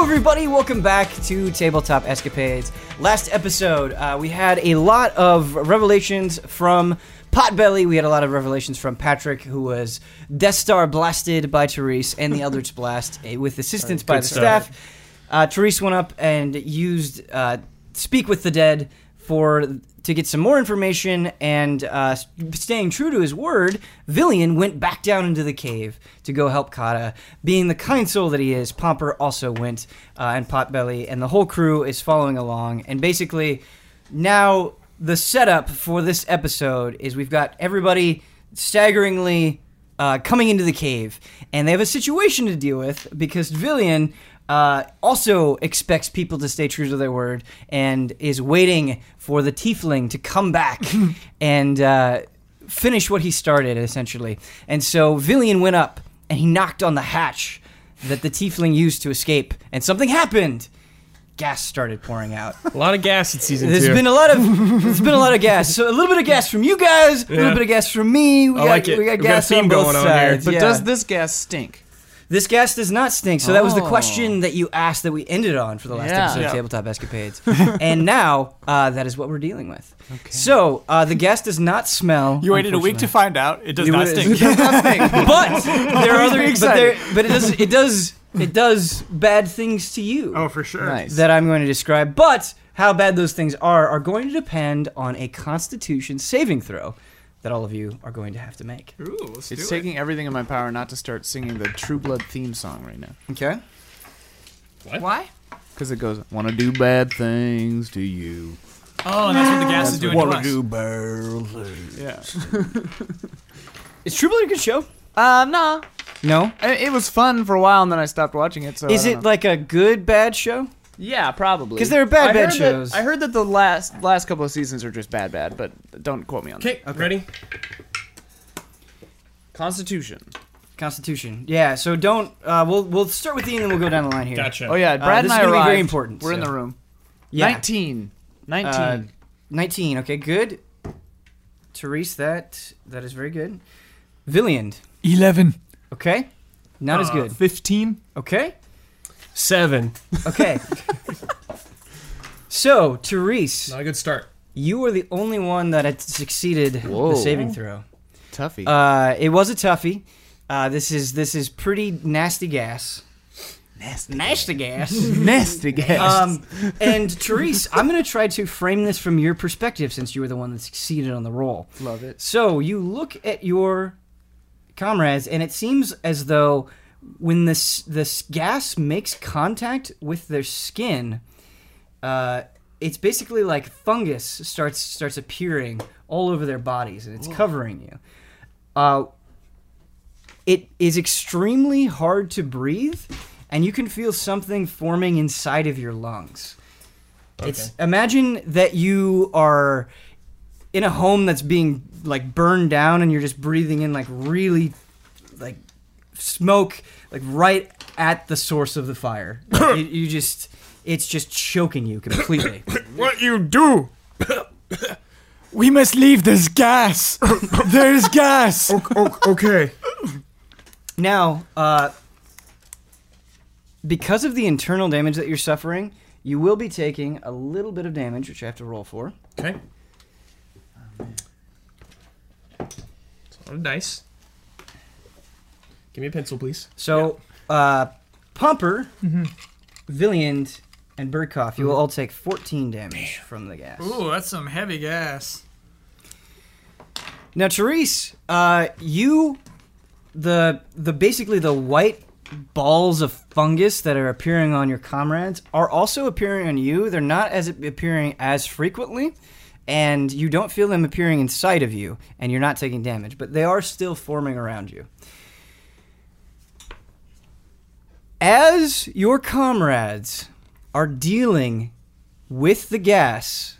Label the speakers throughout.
Speaker 1: everybody, welcome back to Tabletop Escapades. Last episode, uh, we had a lot of revelations from Potbelly. We had a lot of revelations from Patrick, who was Death Star blasted by Therese and the Eldritch Blast eh, with assistance by the
Speaker 2: stuff.
Speaker 1: staff. Uh, Therese went up and used uh, Speak with the Dead for to get some more information, and uh, s- staying true to his word, Villian went back down into the cave to go help Kata. Being the kind soul that he is, Pomper also went, uh, and Potbelly, and the whole crew is following along. And basically, now the setup for this episode is we've got everybody staggeringly uh, coming into the cave, and they have a situation to deal with because Villian uh, also expects people to stay true to their word and is waiting for the tiefling to come back and uh, finish what he started, essentially. And so Villian went up and he knocked on the hatch that the tiefling used to escape, and something happened. Gas started pouring out.
Speaker 2: A lot of gas in season
Speaker 1: There's
Speaker 2: two.
Speaker 1: been a lot of there's been a lot of gas. So a little bit of gas from you guys, a little
Speaker 2: Yeah.
Speaker 1: bit of gas from me. We
Speaker 2: I
Speaker 1: got,
Speaker 2: like it. We
Speaker 1: We got
Speaker 2: got a
Speaker 1: gas
Speaker 2: theme
Speaker 1: on both
Speaker 2: going on here.
Speaker 1: sides.
Speaker 3: But
Speaker 1: yeah.
Speaker 3: does this gas stink?
Speaker 1: This gas does not stink. So that was the
Speaker 3: Oh.
Speaker 1: question that you asked that we ended on for the last
Speaker 3: Yeah.
Speaker 1: episode of
Speaker 2: Yeah.
Speaker 1: Tabletop Escapades. and now uh, that is what we're dealing with. So uh, the gas does not smell.
Speaker 4: You waited a week to find out. It does
Speaker 1: You
Speaker 4: not
Speaker 1: would've-
Speaker 4: stink.
Speaker 1: but there are
Speaker 3: I'm
Speaker 1: other. But,
Speaker 3: excited.
Speaker 1: there, but it does. It does. It does bad things to you
Speaker 4: oh, for sure.
Speaker 3: Nice.
Speaker 1: that I'm going to describe. But how bad those things are are going to depend on a Constitution saving throw that all of you are going to have to make.
Speaker 4: Ooh, let's
Speaker 3: it's
Speaker 4: do it.
Speaker 3: taking everything in my power not to start singing the True Blood theme song right now.
Speaker 1: Okay.
Speaker 3: Why? Because it goes, "Wanna do bad things to you."
Speaker 4: Oh, and that's what the gas is doing to
Speaker 3: Yeah.
Speaker 4: us.
Speaker 1: Is True Blood a good show?
Speaker 3: Uh, nah.
Speaker 1: No.
Speaker 3: It, it was fun for a while, and then I stopped watching it. So
Speaker 1: Is
Speaker 3: I don't
Speaker 1: it
Speaker 3: know.
Speaker 1: like a good bad show?
Speaker 3: Yeah, probably.
Speaker 1: 'Cause there are bad,
Speaker 3: I
Speaker 1: bad
Speaker 3: heard that-
Speaker 1: shows.
Speaker 3: I heard that the last last couple of seasons are just bad, bad. But don't quote me on that.
Speaker 2: Okay, ready?
Speaker 3: Constitution.
Speaker 1: Constitution. Yeah. So don't. Uh, we'll we'll start with Ian, and we'll go down the line here.
Speaker 2: Gotcha.
Speaker 3: Oh yeah,
Speaker 1: Uh,
Speaker 3: Brad and
Speaker 1: this
Speaker 3: I
Speaker 1: is gonna be
Speaker 3: arrived.
Speaker 1: very important,
Speaker 3: We're in
Speaker 1: so-
Speaker 3: the room.
Speaker 1: Yeah.
Speaker 3: Nineteen. Nineteen.
Speaker 1: Uh, Nineteen. Okay. Good. Therese, that that is very good. Villiand.
Speaker 4: 11.
Speaker 1: Okay. Not
Speaker 5: Uh,
Speaker 1: as good.
Speaker 4: 15.
Speaker 1: Okay.
Speaker 2: Uh, Seven.
Speaker 1: Okay. so Therese.
Speaker 2: Not a good start.
Speaker 1: You were the only one that had succeeded
Speaker 3: Whoa.
Speaker 1: the saving throw.
Speaker 3: Tuffy.
Speaker 1: Uh, it was a toughie. Uh, this is this is pretty nasty gas.
Speaker 3: nasty.
Speaker 1: Nasty gas.
Speaker 3: Nasty gas.
Speaker 1: um, and Therese, I'm gonna try to frame this from your perspective since you were the one that succeeded on the roll.
Speaker 3: Love it.
Speaker 1: So you look at your comrades, and it seems as though when this this gas makes contact with their skin, uh, it's basically like fungus starts starts appearing all over their bodies, and it's covering you. Uh, it is extremely hard to breathe, and you can feel something forming inside of your lungs. It's imagine that you are in a home that's being like burned down and you're just breathing in like really like smoke like right at the source of the fire Like, you, you just it's just choking you completely
Speaker 2: What you do?
Speaker 4: We must leave. There's gas. There's gas.
Speaker 2: okay.
Speaker 1: now uh because of the internal damage that you're suffering you will be taking a little bit of damage which i have to roll for
Speaker 2: Okay. It's a lot of dice. Give me a pencil, please.
Speaker 1: so uh pumper villiand and birdcough you will all take 14 damage from the gas
Speaker 4: Ooh, that's some heavy gas.
Speaker 1: Now, Therese, uh, you, the the basically the white balls of fungus that are appearing on your comrades are also appearing on you. They're not as appearing as frequently, and you don't feel them appearing inside of you, and you're not taking damage, but they are still forming around you. As your comrades are dealing with the gas,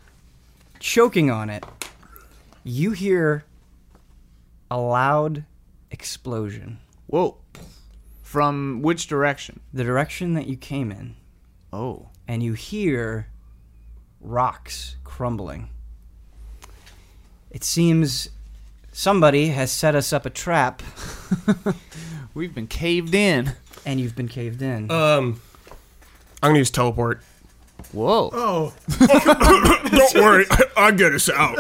Speaker 1: choking on it, you hear a loud explosion.
Speaker 3: Whoa. From which direction?
Speaker 1: The direction that you came in,
Speaker 3: Oh.
Speaker 1: and you hear rocks crumbling. It seems somebody has set us up a trap,
Speaker 3: We've been caved in.
Speaker 5: Uh,
Speaker 1: and you've been caved in.
Speaker 2: Um, I'm gonna use teleport.
Speaker 3: Whoa.
Speaker 4: Oh,
Speaker 2: Don't worry, I get us out.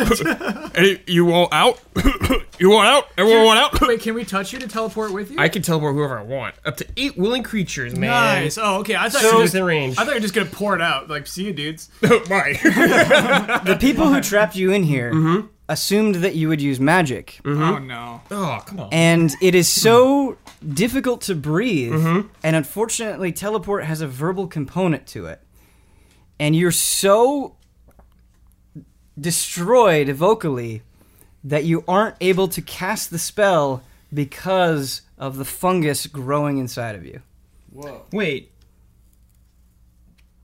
Speaker 2: Any, you want out? you want out? Everyone want out?
Speaker 4: wait, can we touch you to teleport with you?
Speaker 2: I can teleport whoever I want. Up to eight willing creatures, man.
Speaker 4: nice. Oh, okay. I thought
Speaker 2: So
Speaker 4: you were
Speaker 2: within
Speaker 4: just,
Speaker 2: range.
Speaker 4: I thought you were just gonna pour it out. Like, see you, dudes.
Speaker 2: Bye.
Speaker 1: The people who trapped you in here assumed that you would use magic,
Speaker 2: Mm-hmm.
Speaker 4: Oh no.
Speaker 2: oh, come on.
Speaker 1: and it is so
Speaker 4: Hmm.
Speaker 1: difficult to breathe.
Speaker 4: Mm-hmm.
Speaker 1: And unfortunately, teleport has a verbal component to it, and you're so destroyed vocally that you aren't able to cast the spell because of the fungus growing inside of you.
Speaker 2: Wait.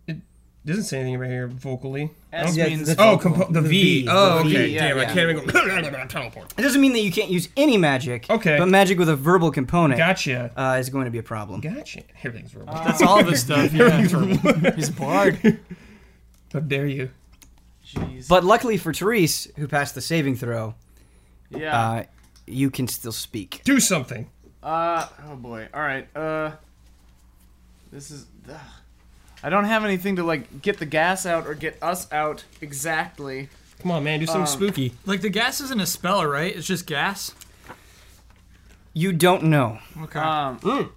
Speaker 2: It doesn't say anything right here vocally.
Speaker 4: S
Speaker 1: Yeah,
Speaker 4: means
Speaker 1: that's-
Speaker 2: Oh, compo- the, v.
Speaker 1: V.
Speaker 2: Oh,
Speaker 1: The V,
Speaker 2: okay.
Speaker 1: yeah,
Speaker 2: Damn, I
Speaker 1: yeah.
Speaker 2: can't even go. teleport.
Speaker 1: It doesn't mean that you can't use any magic,
Speaker 2: Okay.
Speaker 1: but magic with a verbal component
Speaker 2: Gotcha.
Speaker 1: uh, is going to be a problem.
Speaker 2: Gotcha. Everything's verbal.
Speaker 4: That's all this stuff. Yeah. He's a bard.
Speaker 2: How dare you?
Speaker 1: But luckily for Therese, who passed the saving throw,
Speaker 3: Yeah.
Speaker 1: uh, you can still speak.
Speaker 2: Do something.
Speaker 3: Uh, oh boy. All right. Uh, this is. Ugh. I don't have anything to like get the gas out or get us out exactly.
Speaker 2: Come on, man. Do
Speaker 1: Um,
Speaker 2: something spooky.
Speaker 4: Like the gas isn't a spell, right? It's just gas.
Speaker 1: You don't know.
Speaker 4: Okay.
Speaker 6: Uh,
Speaker 3: Um.
Speaker 2: Mm.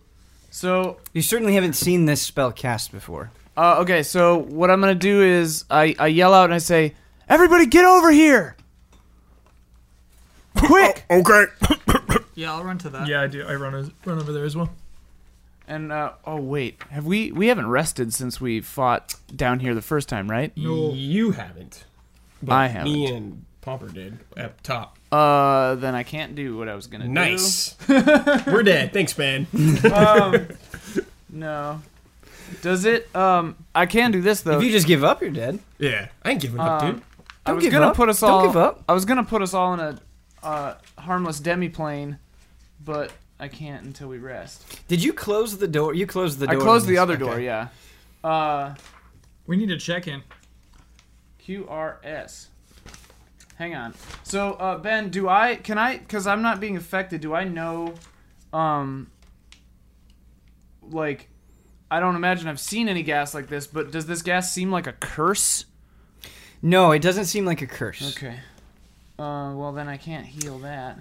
Speaker 3: So
Speaker 1: You certainly haven't seen this spell cast before.
Speaker 3: Uh, okay, so what I'm gonna do is I, I yell out and I say, "Everybody, get over here! Quick!"
Speaker 2: Okay.
Speaker 4: yeah, I'll run to that.
Speaker 6: Yeah, I do. I run as, run over there as well.
Speaker 3: And uh, oh wait, have we we haven't rested since we fought down here the first time, right?
Speaker 2: You haven't. But
Speaker 3: I
Speaker 2: Me
Speaker 3: haven't.
Speaker 2: and Pomper did up top.
Speaker 3: Uh, then I can't do what I was gonna
Speaker 2: Nice. We're dead. Thanks, man.
Speaker 3: do. No. Does it? Um, I can do this though.
Speaker 1: If you just give up, you're dead.
Speaker 2: Yeah. I ain't giving up,
Speaker 3: Um,
Speaker 2: dude.
Speaker 3: I
Speaker 1: Don't
Speaker 3: was
Speaker 1: give
Speaker 3: gonna
Speaker 1: up.
Speaker 3: put us
Speaker 1: Don't
Speaker 3: all.
Speaker 1: give up.
Speaker 3: I was gonna put us all in a uh, harmless demiplane, but I can't until we rest.
Speaker 1: Did you close the door? You closed the
Speaker 3: I
Speaker 1: door.
Speaker 3: closed
Speaker 1: to
Speaker 3: the
Speaker 1: this-
Speaker 3: other
Speaker 1: okay.
Speaker 3: door. Yeah. Uh,
Speaker 4: We need to check in.
Speaker 3: QRS. Hang on. So, uh, Ben, do I can I because I'm not being affected? Do I know, um, like, I don't imagine I've seen any gas like this, but does this gas seem like a curse?
Speaker 1: No, it doesn't seem like a curse.
Speaker 3: Okay. Uh, well then I can't heal that.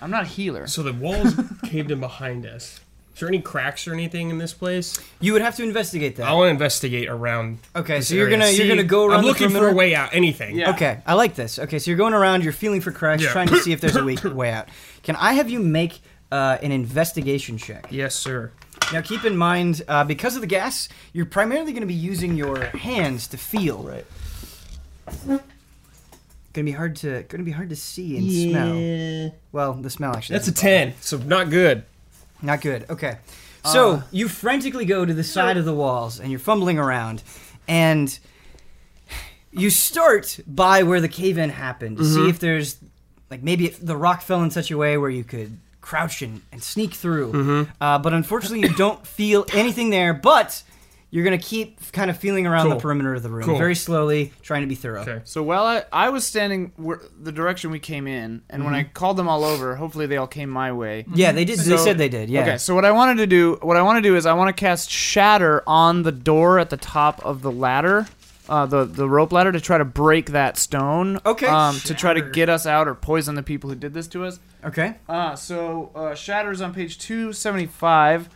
Speaker 3: I'm not a healer.
Speaker 2: So the walls caved in behind us. Is there any cracks or anything in this place?
Speaker 1: You would have to investigate that.
Speaker 2: I want to investigate around.
Speaker 1: okay,
Speaker 2: this
Speaker 1: so you're
Speaker 2: area.
Speaker 1: gonna you're
Speaker 2: See,
Speaker 1: gonna go around.
Speaker 2: I'm
Speaker 1: the
Speaker 2: looking for a
Speaker 1: perimeter-
Speaker 2: way out. Anything.
Speaker 3: Yeah.
Speaker 1: Okay, I like this. Okay, so you're going around. You're feeling for cracks,
Speaker 2: Yeah.
Speaker 1: trying to see if there's a weak way out. Can I have you make uh, an investigation check?
Speaker 2: Yes, sir.
Speaker 1: Now, keep in mind, uh, because of the gas, you're primarily going to be using your hands to feel. Right. Going to be hard to going to be hard to see and smell. Well, the smell actually.
Speaker 2: That's a
Speaker 1: doesn't
Speaker 2: ten. So not good.
Speaker 1: bother- Not good. Okay. So
Speaker 2: Uh,
Speaker 1: you frantically go to the side of the walls and you're fumbling around, and you start by where the cave-in happened to
Speaker 2: Mm-hmm.
Speaker 1: see if there's like maybe if the rock fell in such a way where you could crouch and, and sneak through
Speaker 2: Mm-hmm.
Speaker 1: uh, but unfortunately you don't feel anything there but you're gonna keep kind of feeling around the
Speaker 2: Cool.
Speaker 1: perimeter of the room
Speaker 2: Cool.
Speaker 1: very slowly trying to be thorough
Speaker 2: Okay.
Speaker 3: So while I, I was standing where, the direction we came in, and when I called them all over, hopefully they all came my way.
Speaker 1: yeah they did they
Speaker 3: So-
Speaker 1: said they did yeah
Speaker 3: Okay, so what I wanted to do, what I want to do is I want to cast Shatter on the door at the top of the ladder, uh, the the rope ladder, to try to break that stone.
Speaker 1: Okay.
Speaker 3: Um, to try to
Speaker 4: Shatter.
Speaker 3: get us out or poison the people who did this to us.
Speaker 1: okay
Speaker 3: Uh, so uh, Shatter's on page two seventy five.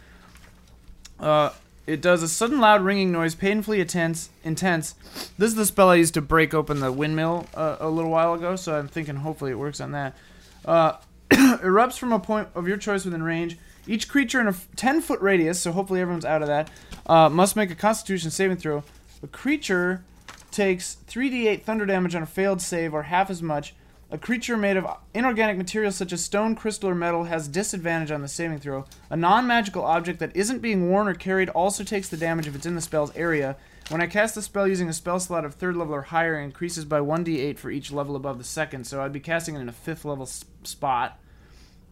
Speaker 3: Uh, it does a sudden loud ringing noise, painfully intense. Intense. This is the spell I used to break open the windmill uh, a little while ago, so I'm thinking hopefully it works on that. Uh, erupts from a point of your choice within range. Each creature in a 10 foot radius, so hopefully everyone's out of that, uh, must make a constitution saving throw. A creature takes 3d8 thunder damage on a failed save or half as much. A creature made of inorganic materials such as stone, crystal, or metal has disadvantage on the saving throw. A non magical object that isn't being worn or carried also takes the damage if it's in the spell's area. When I cast the spell using a spell slot of third level or higher, it increases by 1d8 for each level above the second, so I'd be casting it in a fifth level s- spot.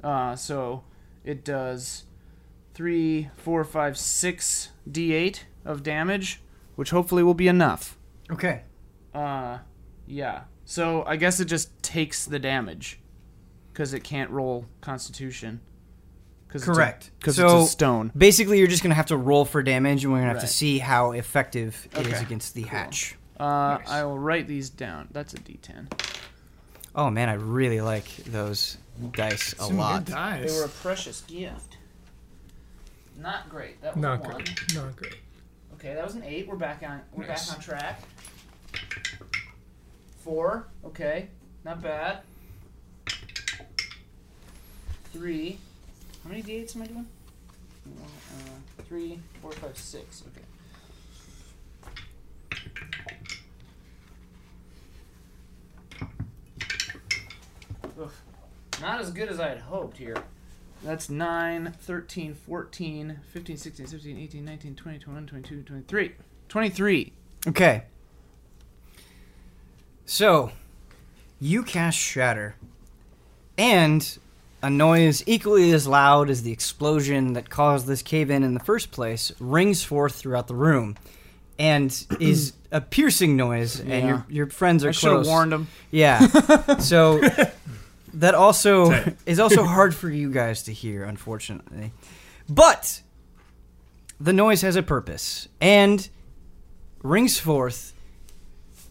Speaker 3: Uh, so it does three, four, five, six d8 of damage, which hopefully will be enough.
Speaker 1: okay
Speaker 3: Uh, yeah. So I guess it just takes the damage because it can't roll Constitution. Cause
Speaker 1: Correct.
Speaker 3: Because
Speaker 1: So-
Speaker 3: it's a stone.
Speaker 1: Basically, you're just gonna have to roll for damage, and we're gonna have to
Speaker 3: Right.
Speaker 1: see how effective it is
Speaker 3: Okay.
Speaker 1: against the hatch.
Speaker 3: Uh, I will write these down. That's a D10.
Speaker 1: Oh man, I really like those dice a lot.
Speaker 3: They
Speaker 6: Dies.
Speaker 3: were a precious gift. Not great. That was
Speaker 6: Not
Speaker 3: one.
Speaker 6: great. Not great.
Speaker 3: Okay, that was an eight. We're back on. We're
Speaker 6: Nice.
Speaker 3: back on track. Four. Okay, not bad. Three. How many d8s am I doing? Uh, three, four, five, six. Okay. Oof. Not as good as I had hoped here. That's 9, 13, 14, 15, 16, 17, 18, 19, 20, 21, 22, 23. 23.
Speaker 1: Okay. So, you cast Shatter, and a noise equally as loud as the explosion that caused this cave in in the first place rings forth throughout the room, and is a piercing noise. And your, your friends are
Speaker 3: I should have
Speaker 1: close.
Speaker 3: warned him.
Speaker 1: Yeah. so that also is also hard for you guys to hear, unfortunately. But the noise has a purpose and rings forth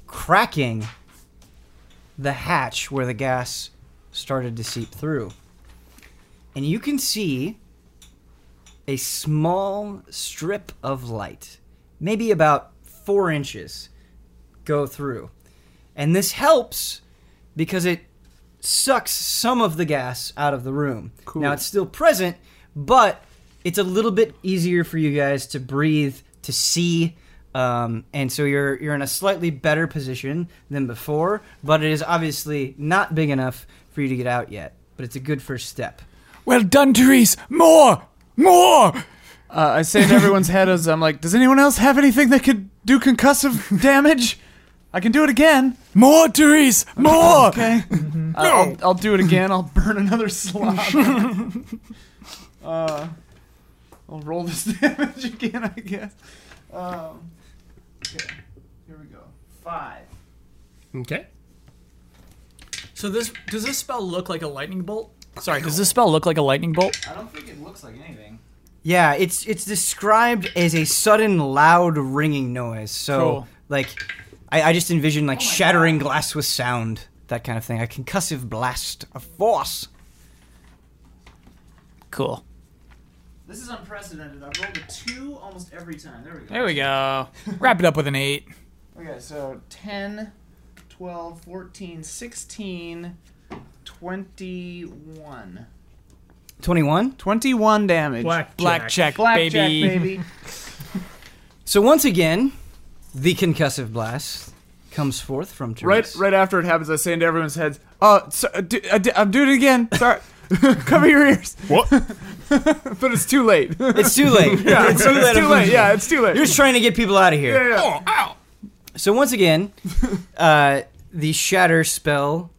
Speaker 1: cracking the hatch where the gas started to seep through. And you can see a small strip of light, maybe about four inches, go through. And this helps because it sucks some of the gas out of the room. Now it's still present, but it's a little bit easier for you guys to breathe, to see, um, and so you're you're in a slightly better position than before. But it is obviously not big enough for you to get out yet. But it's a good first step.
Speaker 7: Well done, Therese. More, more.
Speaker 3: Uh, I saved everyone's head as I'm like, does anyone else have anything that could do concussive damage? I can do it again.
Speaker 7: More, Therese! More!
Speaker 3: Okay. I- I'll, I'll do it again. I'll burn another slot. uh, I'll roll this damage again, I guess. Um, okay. Here we go. Five.
Speaker 2: Okay.
Speaker 4: So this does this spell look like a lightning bolt?
Speaker 7: Sorry, does this spell look like a lightning bolt?
Speaker 3: I don't think it looks like anything.
Speaker 1: Yeah, it's it's described as a sudden loud ringing noise. So
Speaker 7: Cool.
Speaker 1: like, I, I just envision like shattering glass with sound, that kind of thing. A concussive blast of force.
Speaker 7: Cool.
Speaker 3: This is unprecedented. I've rolled a two almost every time. There we go.
Speaker 7: There we go. Wrap it up with an eight.
Speaker 3: Okay, so 10, 12, 14, 16, 21.
Speaker 1: Twenty-one.
Speaker 3: 21 damage.
Speaker 6: Black.
Speaker 7: Black check,
Speaker 3: Blackjack,
Speaker 7: baby.
Speaker 3: baby.
Speaker 1: So once again, the concussive blast comes forth from
Speaker 3: Right,
Speaker 1: Therese.
Speaker 3: right after it happens, I say into everyone's heads, "Uh, so, uh, do, uh, do, I'm doing it again. Sorry, cover your ears."
Speaker 2: What?
Speaker 3: But it's too late. yeah,
Speaker 1: It's too late.
Speaker 3: it's too late. Yeah, it's too late.
Speaker 1: You're just trying to get people out of here.
Speaker 3: yeah, yeah.
Speaker 2: Oh, ow.
Speaker 1: So once again, uh, the shatter spell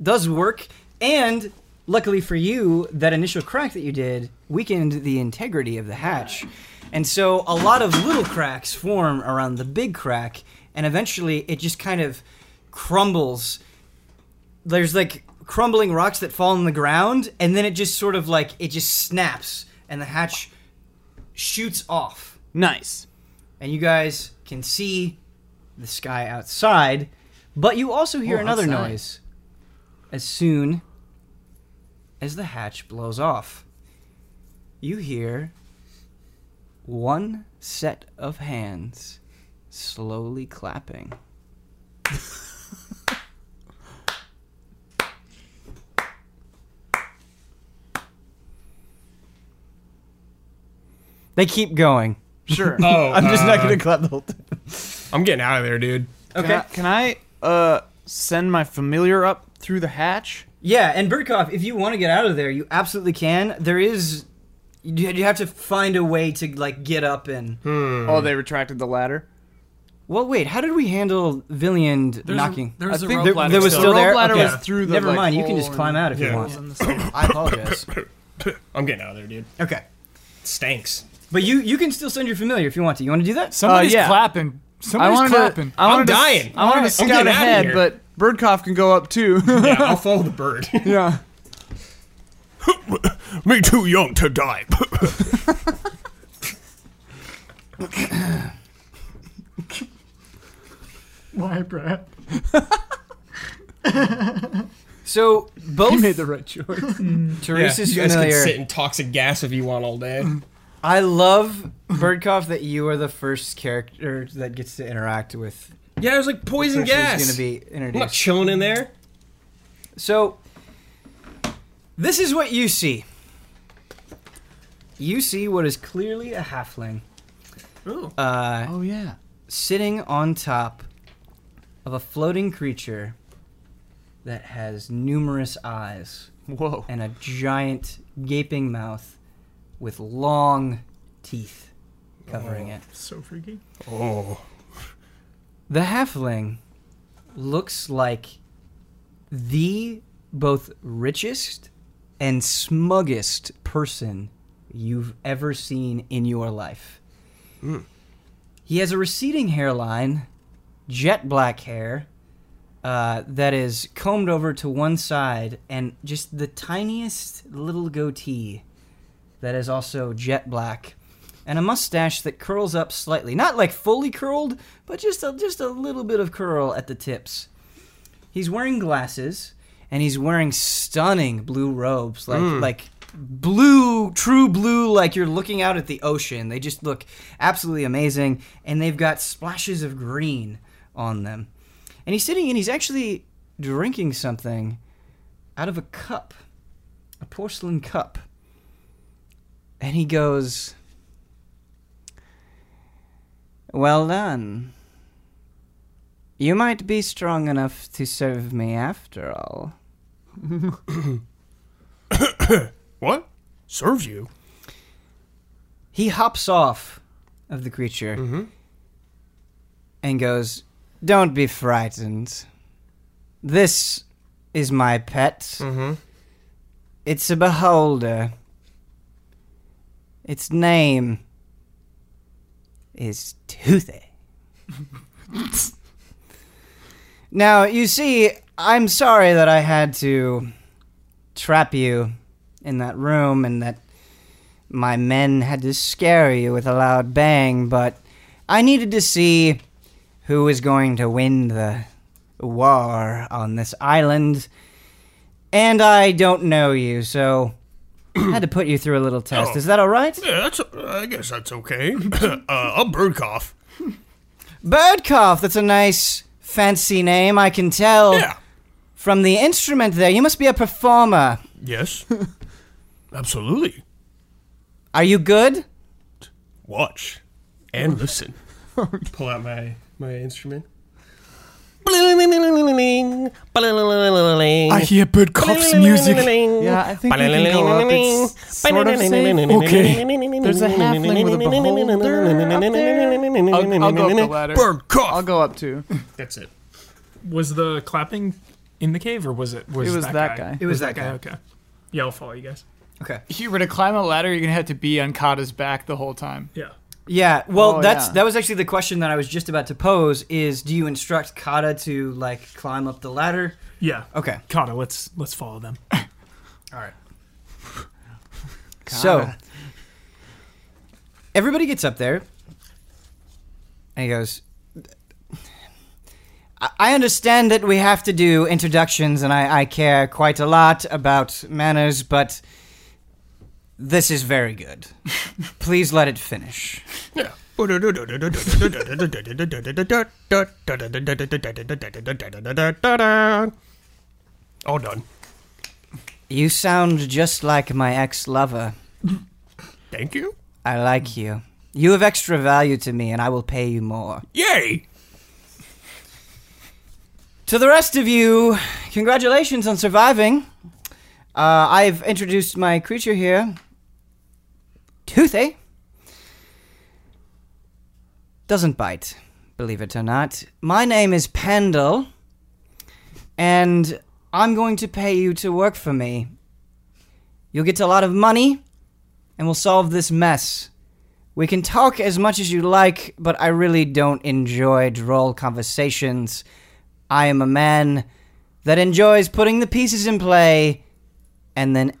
Speaker 1: does work, and luckily for you, that initial crack that you did weakened the integrity of the hatch, and so a lot of little cracks form around the big crack, and eventually it just kind of crumbles. There's like crumbling rocks that fall on the ground, and then it just sort of like it just snaps, and the hatch shoots off
Speaker 3: Nice.
Speaker 1: and you guys can see the sky outside, but you also hear
Speaker 3: Oh,
Speaker 1: another
Speaker 3: outside.
Speaker 1: noise as soon as the hatch blows off. You hear one set of hands slowly clapping. They keep going.
Speaker 3: Sure.
Speaker 2: Oh,
Speaker 1: I'm just not
Speaker 2: uh,
Speaker 1: gonna clap the whole time.
Speaker 2: I'm getting out of there, dude.
Speaker 3: Can I, can I uh send my familiar up through the hatch?
Speaker 1: Yeah, and Birdcough, if you want to get out of there, you absolutely can. There is, you you have to find a way to like get up and.
Speaker 8: Hmm.
Speaker 3: Oh, they retracted the ladder.
Speaker 1: Well, wait, how did we handle Villian
Speaker 4: There's
Speaker 1: knocking? Uh,
Speaker 4: A, there's a
Speaker 3: think
Speaker 4: rope
Speaker 1: there,
Speaker 4: ladder
Speaker 1: there was
Speaker 3: The
Speaker 1: still,
Speaker 3: rope
Speaker 1: there.
Speaker 3: ladder
Speaker 1: okay.
Speaker 3: was through the,
Speaker 1: Never
Speaker 3: like,
Speaker 1: mind. You can
Speaker 3: hole
Speaker 1: just
Speaker 3: in-
Speaker 1: climb out if you
Speaker 2: Yeah.
Speaker 1: want.
Speaker 3: That's
Speaker 1: I apologize.
Speaker 2: I'm getting out of there, dude.
Speaker 1: okay,
Speaker 2: Stinks.
Speaker 1: but you you can still send your familiar if you want to. You want to do that?
Speaker 4: Uh,
Speaker 7: Somebody's
Speaker 3: yeah.
Speaker 7: clapping.
Speaker 3: I
Speaker 7: Somebody's
Speaker 3: wanted
Speaker 7: clapping.
Speaker 3: to. I wanted
Speaker 2: I'm
Speaker 3: to,
Speaker 2: dying.
Speaker 3: I wanted to
Speaker 2: I'm
Speaker 3: scout
Speaker 2: getting outta
Speaker 3: ahead,
Speaker 2: here.
Speaker 3: but Birdcough can go up too.
Speaker 2: Yeah, I'll follow the bird.
Speaker 3: yeah.
Speaker 2: Me too young to die.
Speaker 6: Why, Brad?
Speaker 1: So
Speaker 6: You
Speaker 1: both
Speaker 6: made the right choice.
Speaker 1: Therese is
Speaker 8: you guys can
Speaker 1: familiar.
Speaker 8: sit in toxic gas if you want all day.
Speaker 1: I love Birdcough that you are the first character that gets to interact with.
Speaker 8: Yeah, it was like poison gas.
Speaker 1: Is going to be
Speaker 8: I'm not
Speaker 1: introduced.
Speaker 8: chilling in there.
Speaker 1: So, this is what you see. You see what is clearly a halfling.
Speaker 4: Ooh.
Speaker 1: Uh,
Speaker 3: Oh yeah.
Speaker 1: sitting on top of a floating creature that has numerous eyes
Speaker 3: Whoa.
Speaker 1: and a giant gaping mouth with long teeth covering it.
Speaker 6: so freaky.
Speaker 2: oh,
Speaker 1: The halfling looks like the both richest and smuggest person you've ever seen in your life. He has a receding hairline, jet black hair uh, that is combed over to one side, and just the tiniest little goatee that is also jet black and a mustache that curls up slightly, not like fully curled, but just a, just a little bit of curl at the tips. He's wearing glasses and he's wearing stunning blue robes, like like blue, true blue, like you're looking out at the ocean. They just look absolutely amazing, and they've got splashes of green on them. And he's sitting and he's actually drinking something out of a cup, a porcelain cup. And he goes, well done. You might be strong enough to serve me after all.
Speaker 2: what? Serve you?
Speaker 1: He hops off of the creature and goes, Don't be frightened. This is my pet.
Speaker 8: Mm-hmm.
Speaker 1: It's a beholder. Its name is Toothy. now, you see, I'm sorry that I had to trap you in that room and that my men had to scare you with a loud bang, but I needed to see who was going to win the war on this island. And I don't know you, so I had to put you through a little test. Is that all right?
Speaker 2: Yeah, that's. I guess that's okay. uh, I'm bird cough.
Speaker 1: Birdcough, that's a nice fancy name, I can
Speaker 8: Oh.
Speaker 1: tell
Speaker 2: Yeah.
Speaker 1: from the instrument there. You must be a performer.
Speaker 2: Yes. Absolutely.
Speaker 1: Are you good?
Speaker 2: Watch and listen.
Speaker 8: Pull out my my instrument. I
Speaker 7: I hear bird coughs music.
Speaker 3: Yeah, I think we can go up. It's sort of safe.
Speaker 8: Okay.
Speaker 3: There's a halfling with a beholder up there. I'll, I'll go up the ladder.
Speaker 2: Bird
Speaker 3: I'll
Speaker 2: cough.
Speaker 3: go up too.
Speaker 8: That's it.
Speaker 6: Was the clapping in the cave, or was it? Was
Speaker 3: It was that guy.
Speaker 1: It was that guy.
Speaker 6: Okay. Yeah, I'll follow you guys.
Speaker 1: Okay.
Speaker 7: If you were to climb a ladder, you're gonna have to be on Kata's back the whole time.
Speaker 6: Yeah.
Speaker 1: Yeah, well,
Speaker 3: Oh,
Speaker 1: that's
Speaker 3: yeah.
Speaker 1: that was actually the question that I was just about to pose: is do you instruct Kata to like climb up the ladder?
Speaker 6: Yeah.
Speaker 1: Okay,
Speaker 6: Kata, let's let's follow them.
Speaker 1: so everybody gets up there, and he goes. "I- I understand that we have to do introductions, and I, I care quite a lot about manners, but this is very good. Please let it finish.
Speaker 2: Yeah. All done.
Speaker 1: You sound just like my ex lover.
Speaker 2: Thank you.
Speaker 1: I like you. You have extra value to me, and I will pay you more.
Speaker 2: Yay!
Speaker 1: To the rest of you, congratulations on surviving. Uh, I've introduced my creature here, eh? Toothy. Doesn't bite, believe it or not. My name is Pendle, and I'm going to pay you to work for me. You'll get a lot of money, and we'll solve this mess. We can talk as much as you like, but I really don't enjoy droll conversations. I am a man that enjoys putting the pieces in play and then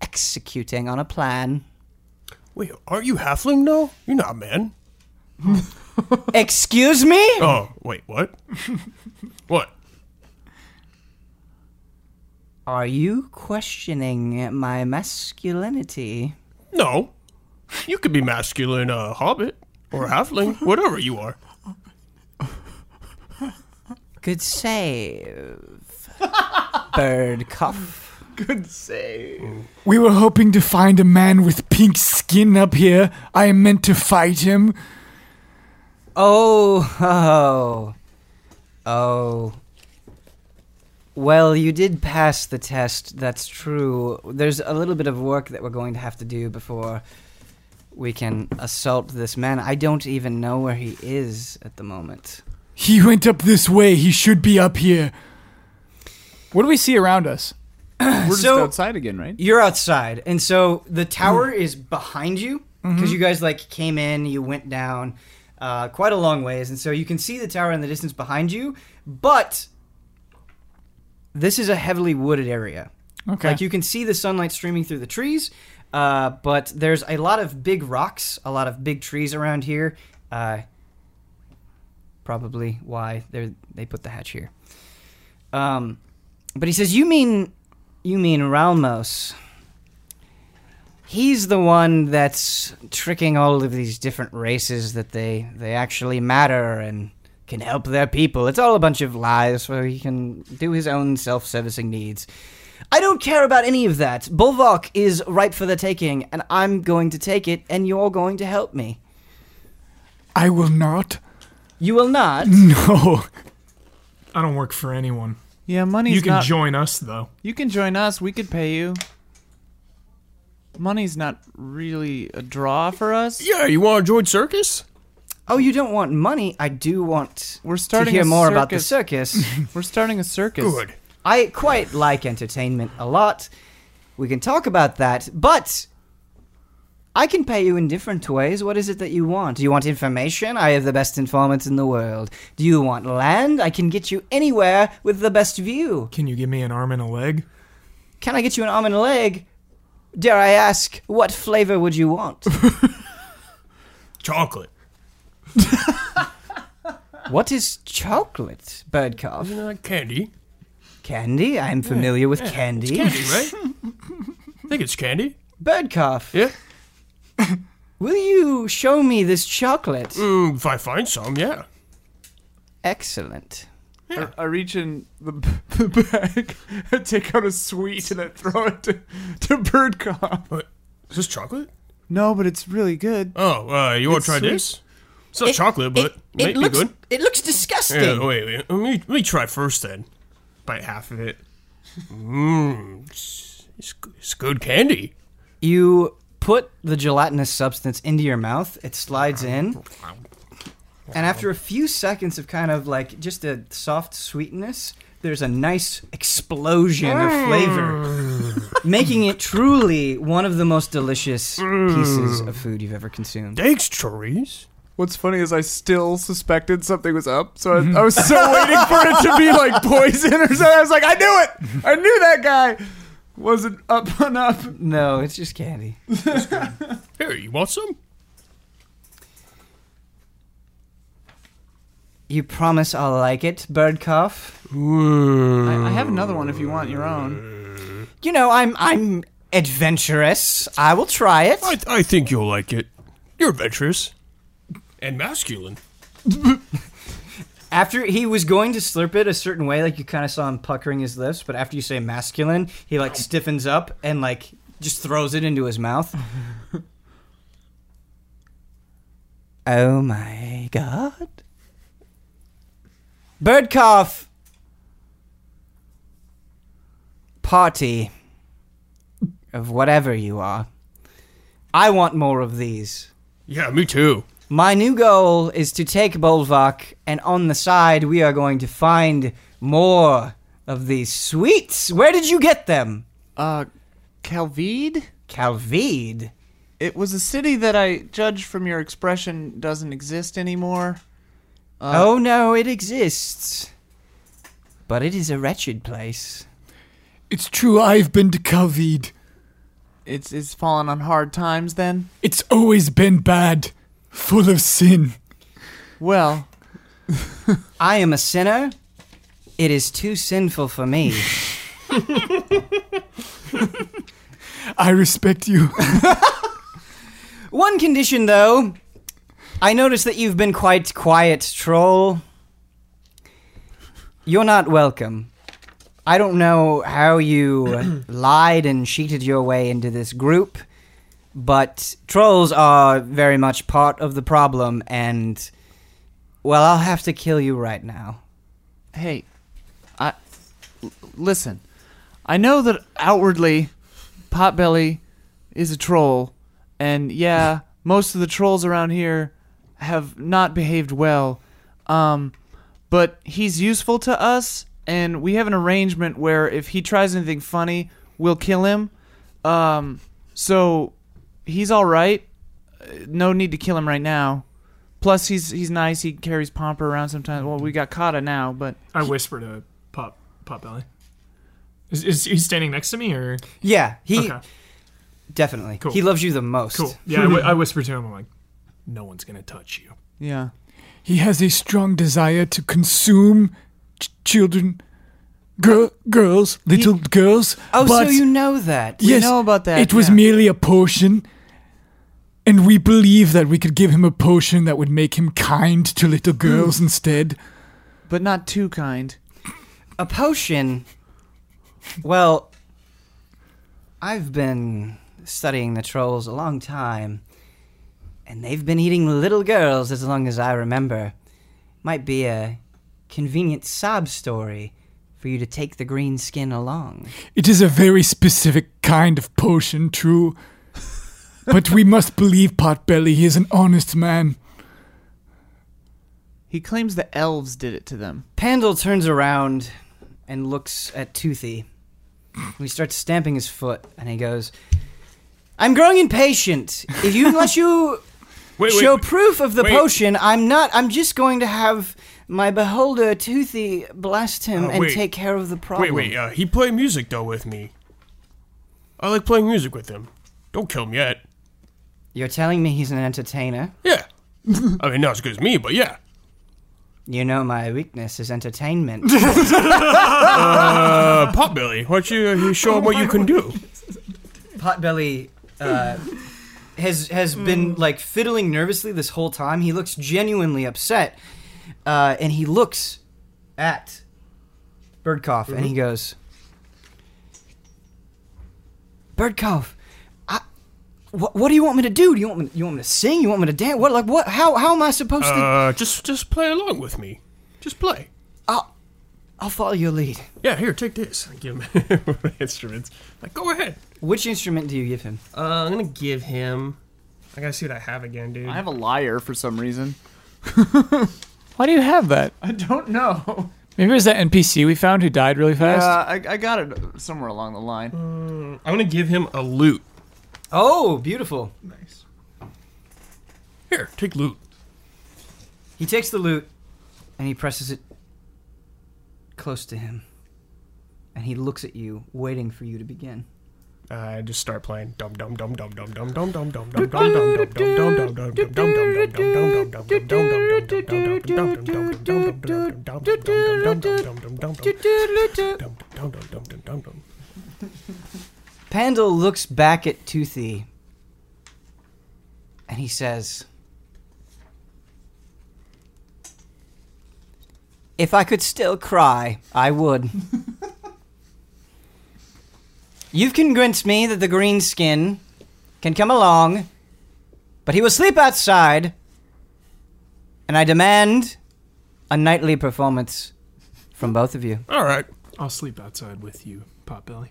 Speaker 1: executing on a plan.
Speaker 5: Wait, aren't you halfling? No, you're not, man.
Speaker 1: Excuse me?
Speaker 5: Oh, wait, what? what?
Speaker 1: Are you questioning my masculinity?
Speaker 5: No, you could be masculine, uh, hobbit or halfling, whatever you are.
Speaker 1: Good save. Bird cuff.
Speaker 7: We were hoping to find a man with pink skin up here. I am meant to fight him.
Speaker 1: Oh, oh, oh. Well, you did pass the test. That's true. There's a little bit of work that we're going to have to do before we can assault this man. I don't even know where he is at the moment.
Speaker 7: He went up this way. He should be up here. What do we see around us?
Speaker 3: We're just
Speaker 1: So-
Speaker 3: outside again, right?
Speaker 1: You're outside, and so the tower is behind you because you guys like came in, you went down uh, quite a long ways, and so you can see the tower in the distance behind you. But this is a heavily wooded area.
Speaker 7: Okay.
Speaker 1: Like you can see the sunlight streaming through the trees, uh, but there's a lot of big rocks, a lot of big trees around here. Uh, probably why they they put the hatch here. Um, but he says, "You mean, you mean Ralmos? He's the one that's tricking all of these different races that they they actually matter and." Can help their people. It's all a bunch of lies, so he can do his own self-servicing needs. I don't care about any of that. Bulwark is ripe for the taking, and I'm going to take it, and you're going to help me.
Speaker 7: I will not.
Speaker 1: You will not.
Speaker 3: Mm.
Speaker 7: No.
Speaker 6: I don't work for anyone.
Speaker 3: Yeah, money's
Speaker 6: you can
Speaker 3: not.
Speaker 6: join us though.
Speaker 3: you can join us. We could pay you. Money's not really a draw for us.
Speaker 5: Yeah, you want to join circus?
Speaker 1: Oh, you don't want money. I do want
Speaker 3: We're
Speaker 1: to
Speaker 3: starting
Speaker 1: hear
Speaker 3: a
Speaker 1: more
Speaker 3: circus.
Speaker 1: about the circus.
Speaker 3: We're starting a circus.
Speaker 5: Good.
Speaker 1: I quite like entertainment a lot. We can talk about that, but I can pay you in different ways. What is it that you want? Do you want information? I have the best informants in the world. Do you want land? I can get you anywhere with the best view.
Speaker 6: Can you give me an arm and a leg?
Speaker 1: Can I get you an arm and a leg? Dare I ask, what flavor would you want?
Speaker 5: Chocolate.
Speaker 1: what is chocolate, Birdcough?
Speaker 5: Isn't that Uh, candy?
Speaker 1: Candy? I'm familiar with candy.
Speaker 5: Candy, right? I think it's candy.
Speaker 1: Birdcough,
Speaker 5: Yeah.
Speaker 1: will you show me this chocolate?
Speaker 5: Mm, if I find some, yeah.
Speaker 1: Excellent.
Speaker 3: I, I reach in the, b- the bag, I take out a sweet, and I throw it to, to Birdcough.
Speaker 5: Is this chocolate?
Speaker 3: No, but it's really good.
Speaker 5: Oh, uh, you want to try
Speaker 3: It's sweet.
Speaker 5: this? It's not chocolate, but it, might be
Speaker 1: looks,
Speaker 5: good.
Speaker 1: It looks disgusting.
Speaker 5: Yeah, wait, wait. Let me, let me try first then. Bite half of it. Mmm. It's, it's g- it's good candy.
Speaker 1: You put the gelatinous substance into your mouth, it slides in. And after a few seconds of kind of like just a soft sweetness, there's a nice explosion of flavor, making it truly one of the most delicious pieces of food you've ever consumed.
Speaker 5: Thanks, Therese.
Speaker 3: What's funny is I still suspected something was up, so I, I was so waiting for it to be like poison or something. I was like, I knew it! I knew that guy wasn't up on up.
Speaker 1: No, it's just candy.
Speaker 5: Here, you want some?
Speaker 1: You promise I'll like it, Birdcough?
Speaker 3: I, I have another one if you want your own.
Speaker 1: You know, I'm I'm adventurous. I will try it.
Speaker 5: I, I think you'll like it. You're adventurous. And masculine.
Speaker 1: After he was going to slurp it a certain way, like you kind of saw him puckering his lips, but after you say masculine, he like stiffens up and like just throws it into his mouth. oh my god. Birdcough. Party of whatever you are. I want more of these.
Speaker 5: Yeah, me too.
Speaker 1: My new goal is to take Bolvak, and on the side, we are going to find more of these sweets. Where did you get them?
Speaker 3: Uh, Calvide?
Speaker 1: Calvide.
Speaker 3: It was a city that I judge from your expression doesn't exist anymore.
Speaker 1: oh no, it exists. But it is a wretched place.
Speaker 7: It's true. I've been to Kavid.
Speaker 3: It's it's fallen on hard times then.
Speaker 4: It's always been bad, full of sin.
Speaker 3: Well,
Speaker 1: I am a sinner. It is too sinful for me.
Speaker 4: I respect you.
Speaker 1: One condition, though. I notice that you've been quite quiet, troll. You're not welcome. I don't know how you lied and cheated your way into this group, but trolls are very much part of the problem, and. Well, I'll have to kill you right now.
Speaker 3: hey, I l- listen. I know that outwardly, Potbelly is a troll, and yeah, most of the trolls around here have not behaved well. Um, but he's useful to us, and we have an arrangement where if he tries anything funny, we'll kill him. Um, so he's all right. Uh, No need to kill him right now. Plus, he's he's nice. He carries Pomper around sometimes. Well, we got Kata now, but
Speaker 6: I whisper to Pop Pop Belly. Is, is he standing next to me or?
Speaker 1: Yeah, he.
Speaker 6: okay,
Speaker 1: Definitely.
Speaker 6: Cool.
Speaker 1: He loves you the most.
Speaker 6: cool. Yeah, I, w- I whisper to him. I'm like, no one's gonna touch you.
Speaker 3: yeah.
Speaker 4: He has a strong desire to consume ch- children, girl, girls, little girls.
Speaker 1: Oh,
Speaker 4: but
Speaker 1: so you know that.
Speaker 4: yes,
Speaker 3: know about that,
Speaker 4: It was
Speaker 3: yeah.
Speaker 4: merely a potion, and we believe that we could give him a potion that would make him kind to little
Speaker 3: Hmm.
Speaker 4: girls instead.
Speaker 3: but not too kind.
Speaker 1: A potion. Well, I've been studying the trolls a long time, and they've been eating little girls as long as I remember. Might be a convenient sob story for you to take the green skin along.
Speaker 4: It is a very specific kind of potion, true. but we must believe Potbelly. He is an honest man.
Speaker 3: He claims the elves did it to them.
Speaker 1: Pandal turns around and looks at Toothy. He starts stamping his foot, and he goes, "I'm growing impatient. If you unless you
Speaker 5: Wait, wait,
Speaker 1: show
Speaker 5: wait.
Speaker 1: proof of the
Speaker 5: wait.
Speaker 1: potion. I'm not. I'm just going to have my beholder Toothy blast him
Speaker 5: Uh,
Speaker 1: and
Speaker 5: wait.
Speaker 1: take care of the
Speaker 5: Wait,
Speaker 1: problem.
Speaker 5: wait. Uh, he played music though with me. I like playing music with him. Don't kill him yet.
Speaker 1: You're telling me he's an entertainer.
Speaker 5: Yeah. I mean, not as good as me, but yeah.
Speaker 1: You know my weakness is entertainment.
Speaker 5: Uh, Potbelly, why don't you, you show him what you can do?
Speaker 1: Potbelly uh, has has
Speaker 3: Hmm.
Speaker 1: been like fiddling nervously this whole time. He looks genuinely upset, uh, and he looks at Birdcough, and he
Speaker 3: Mm-hmm.
Speaker 1: goes, "Birdcough, I, wh- what do you want me to do? Do you want me? You want me to sing? You want me to dance? What? Like what? How? How am I supposed to?
Speaker 5: Uh, just just play along with me. Just play.
Speaker 1: I'll follow your lead.
Speaker 5: Yeah, here, take this. I give him instruments. Like, go ahead.
Speaker 1: Which instrument do you give him?
Speaker 9: Uh, I'm gonna give him. I gotta see what I have again, dude.
Speaker 3: I have a liar for some reason.
Speaker 4: Why do you have that?
Speaker 3: I don't know.
Speaker 4: Maybe it was that NPC we found who died really
Speaker 3: Uh,
Speaker 4: fast.
Speaker 3: I, I got it somewhere along the line.
Speaker 9: I'm gonna give him a loot.
Speaker 1: Oh, beautiful.
Speaker 5: Here, take loot.
Speaker 1: He takes the loot and he presses it close to him. And he looks at you, waiting for you to begin.
Speaker 5: I just start playing dum dum dum dum dum dum dum dum dum dum dum dum dum dum dum dum dum dum dum dum dum dum dum dum dum
Speaker 1: Pandal looks back at Toothy and he says, If I could still cry, I would. You've convinced me that the green skin can come along, but he will sleep outside, and I demand a nightly performance from both of you.
Speaker 5: All right.
Speaker 6: I'll sleep outside with you, Pop Belly.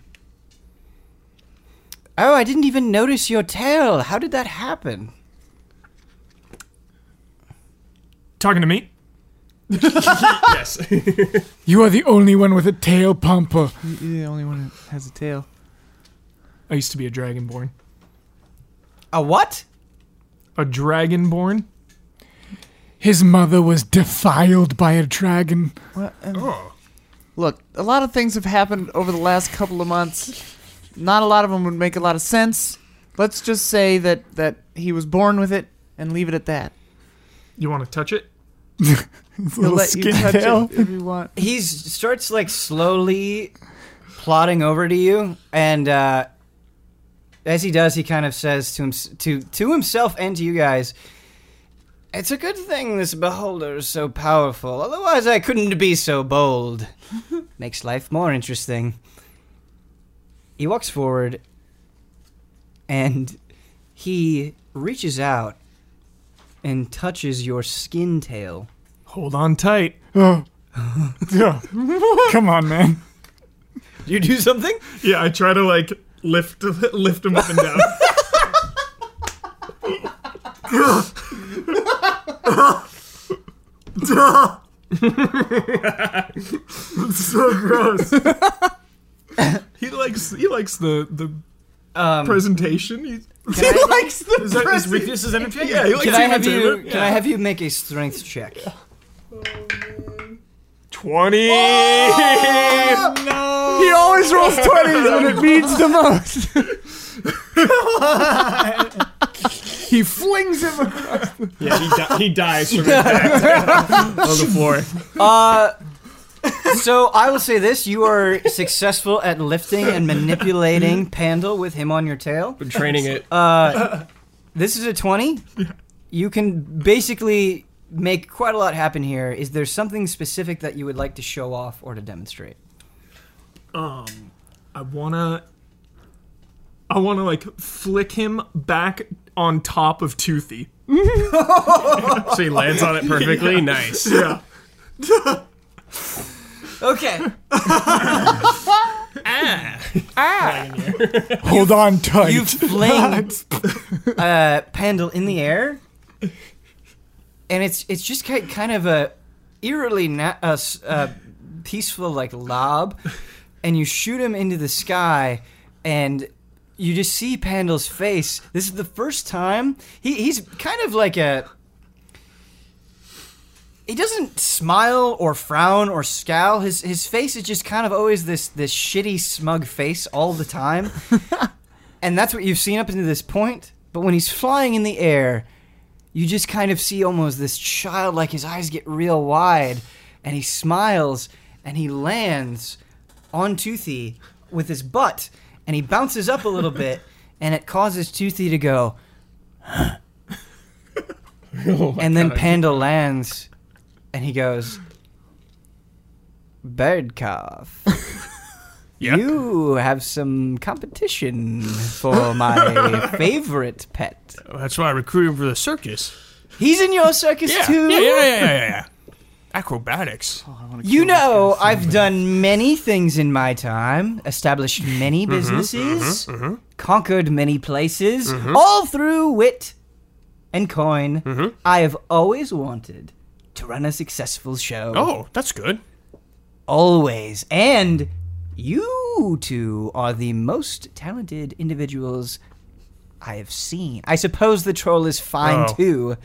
Speaker 1: Oh, I didn't even notice your tail. How did that happen?
Speaker 6: Talking to me?
Speaker 9: Yes.
Speaker 4: you are the only one with a tail pumper.
Speaker 3: You're the only one that has a tail.
Speaker 6: I used to be a dragonborn.
Speaker 1: A what?
Speaker 6: A dragonborn?
Speaker 4: His mother was defiled by a dragon.
Speaker 3: Look, a lot of things have happened over the last couple of months. Not a lot of them would make a lot of sense. Let's just say that that he was born with it and leave it at that.
Speaker 6: You want to touch it?
Speaker 3: He'll
Speaker 7: little
Speaker 3: let you
Speaker 7: skin
Speaker 3: touch
Speaker 7: tail.
Speaker 3: it if you want.
Speaker 1: he starts like slowly plodding over to you and uh, as he does he kind of says to him to to himself and to you guys it's a good thing this beholder is so powerful otherwise i couldn't be so bold makes life more interesting he walks forward and he reaches out and touches your skin tail
Speaker 6: Hold on tight.
Speaker 7: Oh. Yeah. Come on, man.
Speaker 1: you do something
Speaker 6: Yeah, I try to like lift lift him up and down. so gross. he likes he likes the the
Speaker 1: um,
Speaker 6: presentation. He,
Speaker 1: can I-
Speaker 6: likes the is that his weakness is entertainment. Yeah, he likes
Speaker 1: Can I have you?
Speaker 6: entertainment.
Speaker 1: Can I have you make a strength check?
Speaker 2: 20.
Speaker 1: Oh!
Speaker 7: He always rolls 20s when it means the most. he flings him across.
Speaker 8: Yeah, he, di- he dies from impact on the floor.
Speaker 1: Uh, so I will say this: you are successful at lifting and manipulating Pandal with him on your tail.
Speaker 5: Been training it.
Speaker 1: Uh, this is a twenty. You can basically make quite a lot happen here. Is there something specific that you would like to show off or to demonstrate?
Speaker 6: Um, I wanna, I wanna like flick him back on top of Toothy.
Speaker 8: So he lands on it perfectly. Nice.
Speaker 6: Yeah.
Speaker 1: Okay.
Speaker 7: Hold on tight.
Speaker 1: You fling uh, Pandal in the air, and it's it's just ki- kind of a eerily na- uh, s- uh, peaceful like lob, and you shoot him into the sky, and you just see Pandal's face. This is the first time he, he's kind of like a. He doesn't smile or frown or scowl. His his face is just kind of always this this shitty smug face all the time and that's what you've seen up until this point. But when he's flying in the air, you just kind of see almost this child like his eyes get real wide, and he smiles and he lands on Toothy with his butt, and he bounces up a little bit, and it causes Toothy to go. and then Panda lands, and he goes, "Bird cough." You have some competition for my favorite pet.
Speaker 5: That's why I recruited him for the circus.
Speaker 1: He's in your circus
Speaker 5: Yeah.
Speaker 1: too.
Speaker 5: Yeah, yeah, yeah, yeah, yeah, yeah. Acrobatics.
Speaker 1: You know, I've done many things in my time, established many
Speaker 5: Mm-hmm,
Speaker 1: businesses, conquered many places,
Speaker 5: Mm-hmm.
Speaker 1: all through wit and coin. I have always wanted to run a successful show.
Speaker 5: Oh, that's good.
Speaker 1: Always. And you two are the most talented individuals I have seen. I suppose the troll is fine
Speaker 5: Oh.
Speaker 1: too,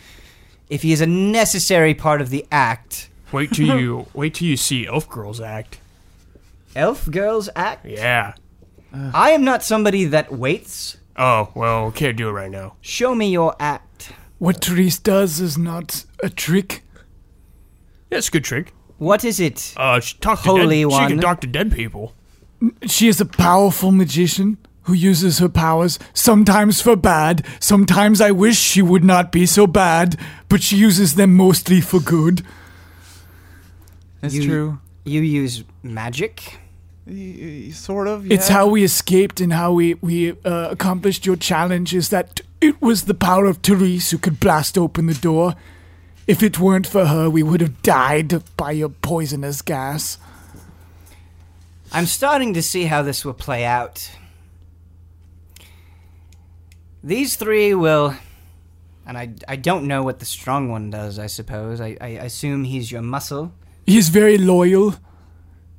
Speaker 1: if he is a necessary part of the act.
Speaker 5: Wait till you wait till you see Elf Girls act.
Speaker 1: Elf girls act?
Speaker 5: Yeah.
Speaker 1: I am not somebody that waits.
Speaker 5: Oh well, we can't do it right now.
Speaker 1: Show me your act.
Speaker 7: What Therese does is not a trick.
Speaker 5: Yeah, it's a good trick.
Speaker 1: What is it?
Speaker 5: Uh, she talk to
Speaker 1: Holy
Speaker 5: dead, She
Speaker 1: one.
Speaker 5: can talk to dead people.
Speaker 7: She is a powerful magician who uses her powers sometimes for bad. Sometimes I wish she would not be so bad, but she uses them mostly for good.
Speaker 3: That's
Speaker 1: You-
Speaker 3: true.
Speaker 1: You use magic?
Speaker 3: Y- y- Sort of.
Speaker 7: It's
Speaker 3: yeah.
Speaker 7: how we escaped and how we, we uh, accomplished your challenge is that it was the power of Therese who could blast open the door. If it weren't for her, we would have died by your poisonous gas.
Speaker 1: I'm starting to see how this will play out. These three will. And I, I don't know what the strong one does, I suppose. I, I assume he's your muscle.
Speaker 7: He is very loyal.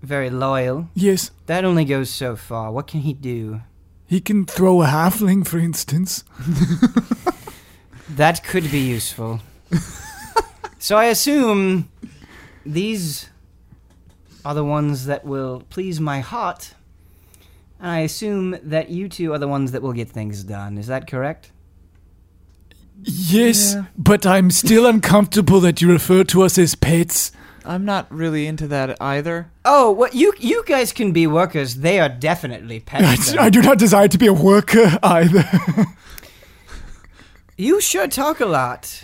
Speaker 1: Very loyal.
Speaker 7: Yes,
Speaker 1: That only goes so far. What can he do?
Speaker 7: he can throw a halfling, for instance.
Speaker 1: That could be useful. so I assume these are the ones that will please my heart. And I assume that you two are the ones that will get things done. Is that correct?
Speaker 7: Yes, but I'm still uncomfortable that you refer to us as pets.
Speaker 3: I'm not really into that either.
Speaker 1: Oh, well, you you guys can be workers. They are definitely pets.
Speaker 7: I do not desire to be a worker either.
Speaker 1: You sure talk a lot.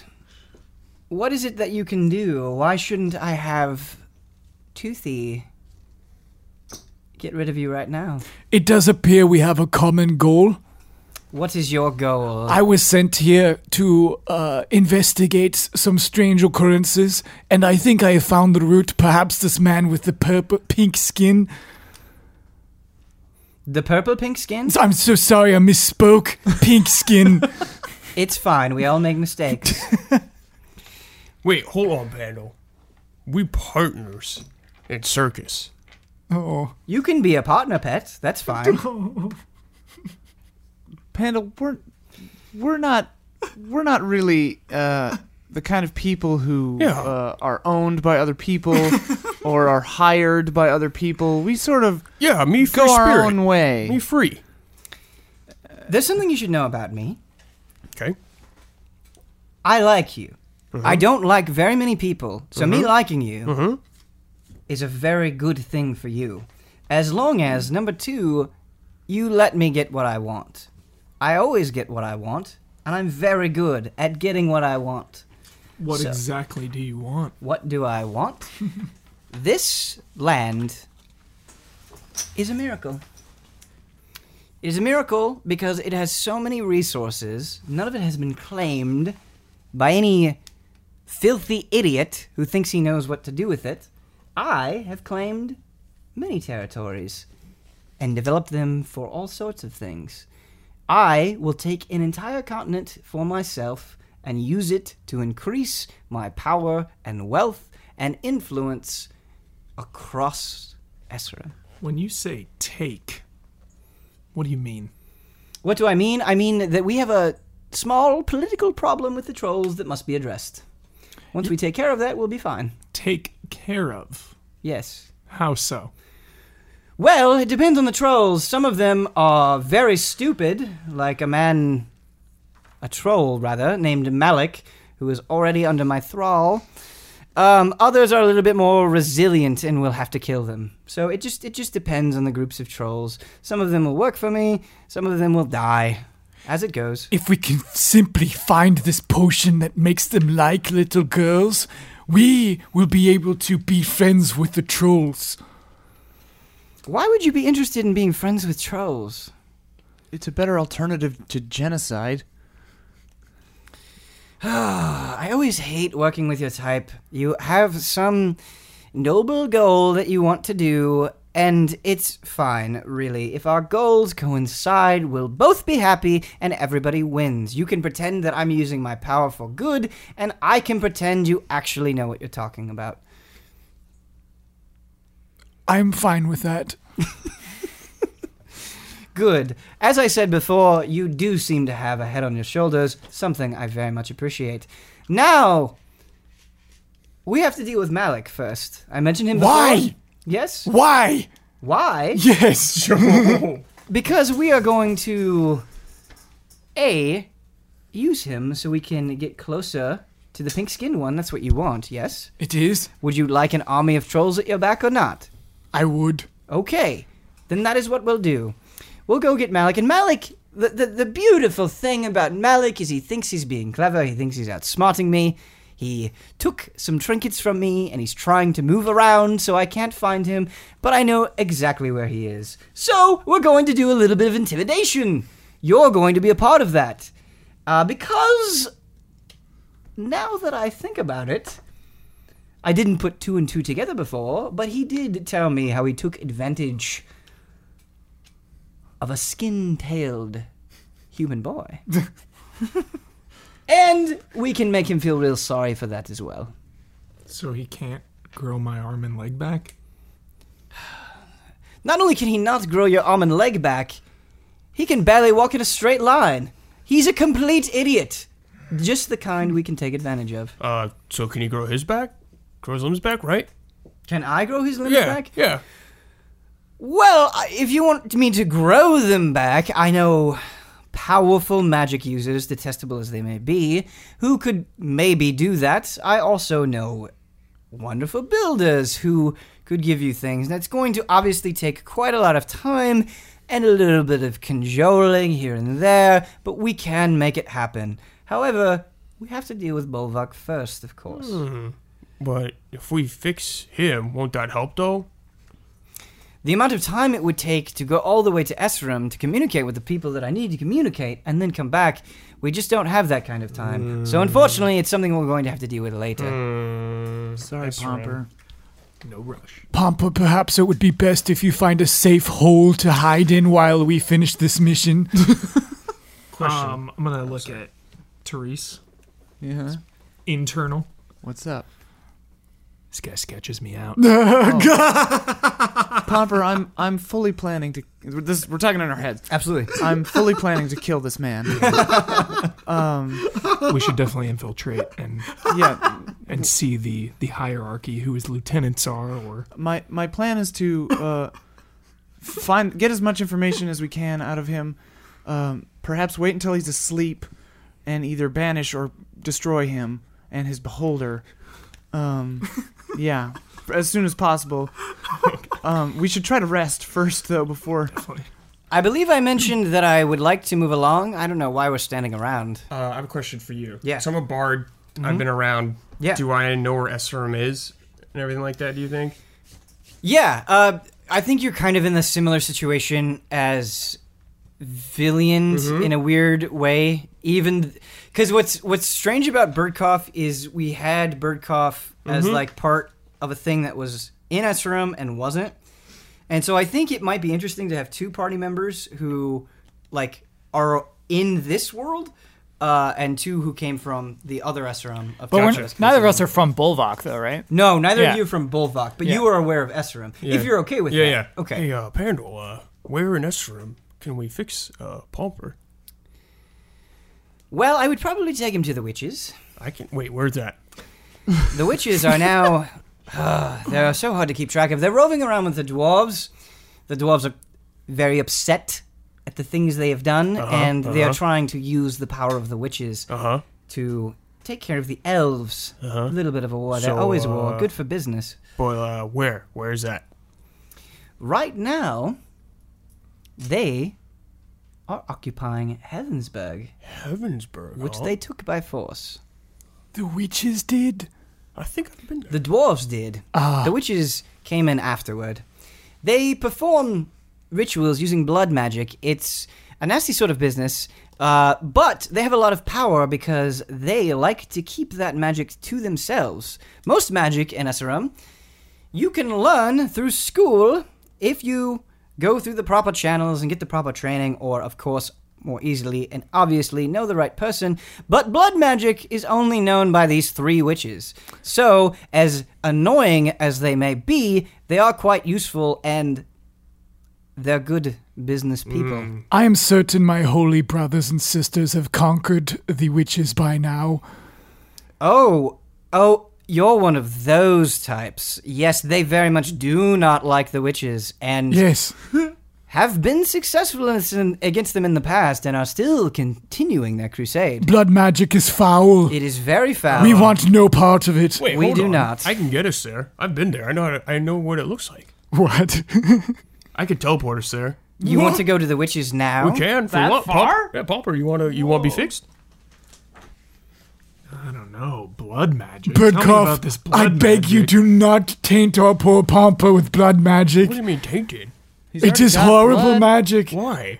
Speaker 1: What is it that you can do? Why shouldn't I have Toothy get rid of you right now?
Speaker 7: It does appear we have a common goal.
Speaker 1: What is your goal?
Speaker 7: I was sent here to uh, investigate s- some strange occurrences, and I think I have found the root. Perhaps this man with the purple pink skin.
Speaker 1: the purple pink skin?
Speaker 7: I'm so sorry, I misspoke. Pink skin.
Speaker 1: It's fine. We all make mistakes.
Speaker 5: Wait, hold on, Pandal. We partners in circus.
Speaker 7: oh,
Speaker 1: you can be a partner pet. That's fine.
Speaker 3: Panda, we're we're not we're not really uh, the kind of people who
Speaker 5: Yeah.
Speaker 3: uh, are owned by other people or are hired by other people. We sort of
Speaker 5: Yeah, me free
Speaker 3: go our
Speaker 5: spirit.
Speaker 3: own way.
Speaker 5: Me free.
Speaker 1: There's something you should know about me.
Speaker 5: Okay.
Speaker 1: I like you. I don't like very many people, so me liking you is a very good thing for you. As long as, number two, you let me get what I want. I always get what I want, and I'm very good at getting what I want.
Speaker 6: What
Speaker 1: So-
Speaker 6: exactly do you want?
Speaker 1: What do I want? this land is a miracle. It is a miracle because it has so many resources. None of it has been claimed by any filthy idiot who thinks he knows what to do with it. I have claimed many territories and developed them for all sorts of things. I will take an entire continent for myself and use it to increase my power and wealth and influence across Esra.
Speaker 6: When you say take, what do you mean?
Speaker 1: What do I mean? I mean that we have a small political problem with the trolls that must be addressed. Once we take care of that, we'll be fine.
Speaker 6: Take care of.
Speaker 1: Yes.
Speaker 6: How so?
Speaker 1: Well, it depends on the trolls. Some of them are very stupid, like a man, a troll rather, named Malik, who is already under my thrall. Um, others are a little bit more resilient, and we'll have to kill them. So it just it just depends on the groups of trolls. Some of them will work for me. Some of them will die, as it goes.
Speaker 7: if we can simply find this potion that makes them like little girls, we will be able to be friends with the trolls.
Speaker 1: Why would you be interested in being friends with trolls?
Speaker 3: It's a better alternative to genocide.
Speaker 1: I always hate working with your type. You have some noble goal that you want to do, and it's fine, really. If our goals coincide, we'll both be happy and everybody wins. You can pretend that I'm using my power for good, and I can pretend you actually know what you're talking about.
Speaker 7: I'm fine with that.
Speaker 1: Good. As I said before, you do seem to have a head on your shoulders, something I very much appreciate. Now, we have to deal with Malik first. I mentioned him before.
Speaker 7: Why?
Speaker 1: Yes?
Speaker 7: Why?
Speaker 1: Why?
Speaker 7: Yes.
Speaker 1: Because we are going to A use him so we can get closer to the pink skinned one. That's what you want, yes?
Speaker 7: It is.
Speaker 1: Would you like an army of trolls at your back or not?
Speaker 7: I would.
Speaker 1: Okay. Then that is what we'll do. We'll go get Malik. And Malik, the, the, the beautiful thing about Malik is he thinks he's being clever. He thinks he's outsmarting me. He took some trinkets from me and he's trying to move around so I can't find him, but I know exactly where he is. So we're going to do a little bit of intimidation. You're going to be a part of that. Uh, because now that I think about it, I didn't put two and two together before, but he did tell me how he took advantage of a skin tailed human boy. and we can make him feel real sorry for that as well.
Speaker 6: So he can't grow my arm and leg back?
Speaker 1: Not only can he not grow your arm and leg back, he can barely walk in a straight line. He's a complete idiot. Just the kind we can take advantage of.
Speaker 5: Uh, so can you grow his back? Grow his limbs back, right?
Speaker 1: Can I grow his limbs
Speaker 5: yeah.
Speaker 1: back?
Speaker 5: Yeah.
Speaker 1: Well, I- if you want me to grow them back, I know powerful magic users, detestable as they may be, who could maybe do that. I also know wonderful builders who could give you things. That's going to obviously take quite a lot of time and a little bit of cajoling here and there, but we can make it happen. However, we have to deal with Bolvok first, of course.
Speaker 5: But if we fix him, won't that help though?
Speaker 1: The amount of time it would take to go all the way to Esrim to communicate with the people that I need to communicate and then come back, we just don't have that kind of time. So unfortunately, it's something we're going to have to deal with later.
Speaker 3: Sorry, Pomper.
Speaker 6: No rush.
Speaker 7: Pompa, perhaps it would be best if you find a safe hole to hide in while we finish this mission.
Speaker 8: Question.
Speaker 6: Um, I'm gonna look at Therese.
Speaker 3: Yeah.
Speaker 6: Internal.
Speaker 3: What's up,
Speaker 6: This guy sketches me out.
Speaker 3: Pomper? I'm I'm fully planning to. This we're talking in our heads.
Speaker 1: Absolutely.
Speaker 3: I'm fully planning to kill this man. um,
Speaker 6: we should definitely infiltrate and
Speaker 3: yeah,
Speaker 6: and see the the hierarchy, who his lieutenants are, or
Speaker 3: my my plan is to uh, find get as much information as we can out of him. Um, perhaps wait until he's asleep, and either banish or destroy him and his beholder. Um, yeah, as soon as possible. Um, we should try to rest first, though, before.
Speaker 1: I believe I mentioned that I would like to move along. I don't know why we're standing around.
Speaker 5: Uh, I have a question for you.
Speaker 1: Yeah.
Speaker 5: So I'm a bard. I've been around.
Speaker 1: Yeah.
Speaker 5: Do I know where Esrim is and everything like that? Do you think?
Speaker 1: Yeah, uh, I think you're kind of in a similar situation as Villian in a weird way. Even because what's what's strange about Birdcough is we had Birdcough as like part of a thing that was in Esserum and wasn't, and so I think it might be interesting to have two party members who like are in this world. Uh, and two who came from the other Esserum of
Speaker 10: But we're-
Speaker 1: Tartarus.
Speaker 10: neither of us are from Bulvok, though, right?
Speaker 1: No, neither
Speaker 10: Yeah.
Speaker 1: of you are from Bolvok, but you are aware of Esserum. If you're okay with
Speaker 5: Yeah,
Speaker 1: that.
Speaker 5: yeah.
Speaker 1: Okay.
Speaker 5: Hey, uh, Pandal, uh, where in Esrim can we fix uh, Pomper?
Speaker 1: Well, I would probably take him to the witches.
Speaker 5: I can. Wait, where's that?
Speaker 1: The witches are now. Ah, they're so hard to keep track of. They're roving around with the dwarves. The dwarves are very upset at the things they have done,
Speaker 5: Uh-huh,
Speaker 1: and they are trying to use the power of the witches
Speaker 5: Uh huh.
Speaker 1: to take care of the elves. A little bit of a war. They're
Speaker 5: Uh-huh. So,
Speaker 1: always a war.
Speaker 5: uh,
Speaker 1: Good for business.
Speaker 5: But uh, where? Where's that?
Speaker 1: Right now, they are occupying Heavensburg,
Speaker 5: Heavensburg.
Speaker 1: which
Speaker 5: huh?
Speaker 1: they took by force.
Speaker 7: the witches did.
Speaker 5: I think I've been there.
Speaker 1: The dwarves did. The witches came in afterward. They perform rituals using blood magic. It's a nasty sort of business, uh, but they have a lot of power because they like to keep that magic to themselves. Most magic in SRM you can learn through school if you go through the proper channels and get the proper training, or, of course, more easily and obviously know the right person. But blood magic is only known by these three witches. So, as annoying as they may be, they are quite useful and they're good business people.
Speaker 7: I am certain my holy brothers and sisters have conquered the witches by now.
Speaker 1: Oh, oh, you're one of those types. Yes, they very much do not like the witches, and
Speaker 7: Yes.
Speaker 1: have been successful in, against them in the past and are still continuing their crusade.
Speaker 7: Blood magic is foul.
Speaker 1: It is very foul.
Speaker 7: we want no part of it.
Speaker 5: Wait,
Speaker 1: we
Speaker 5: hold
Speaker 1: do
Speaker 5: on.
Speaker 1: not.
Speaker 5: I can get us there. I've been there. I know. How to, I know what it looks like.
Speaker 7: What?
Speaker 5: I could teleport us there.
Speaker 1: You want to go to the witches now?
Speaker 5: We can. For
Speaker 3: That
Speaker 5: what?
Speaker 3: far?
Speaker 5: Pomper? Yeah, Pomper. You want to? You want to be fixed?
Speaker 6: I don't know, blood magic. Tell me about this
Speaker 7: Birdcough,
Speaker 6: blood
Speaker 7: I beg you,
Speaker 6: magic.
Speaker 7: do not taint our poor Pompa with blood magic.
Speaker 5: What do you mean tainted?
Speaker 3: He's
Speaker 7: It
Speaker 3: already
Speaker 7: is
Speaker 3: got
Speaker 7: horrible
Speaker 3: blood.
Speaker 7: magic.
Speaker 5: Why?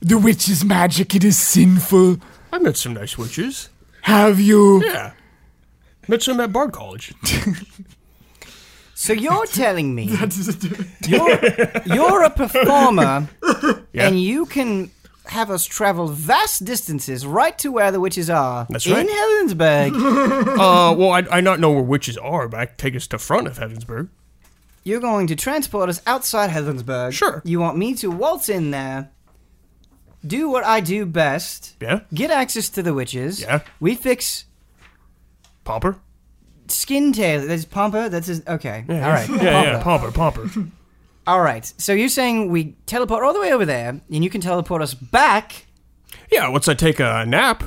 Speaker 7: The witch's magic, it is sinful.
Speaker 5: I met some nice witches.
Speaker 7: Have you?
Speaker 5: Yeah. Met some at Bard College.
Speaker 1: So you're telling me you're, you're a performer and you can have us travel vast distances right to where the witches are
Speaker 5: That's
Speaker 1: in
Speaker 5: right.
Speaker 1: Helensburg.
Speaker 5: Uh, well, I, I not know where witches are, but I can take us to front of Heavensburg.
Speaker 1: You're going to transport us outside Helensburg.
Speaker 5: Sure.
Speaker 1: You want me to waltz in there, do what I do best,
Speaker 5: Yeah,
Speaker 1: get access to the witches.
Speaker 5: Yeah.
Speaker 1: We fix
Speaker 5: Pomper.
Speaker 1: skin tail. That's Pompa. That's his. Okay. All right.
Speaker 5: Yeah, yeah, Pomper, Pomper.
Speaker 1: All right. So you're saying we teleport all the way over there, and you can teleport us back.
Speaker 2: Yeah, once I take a nap.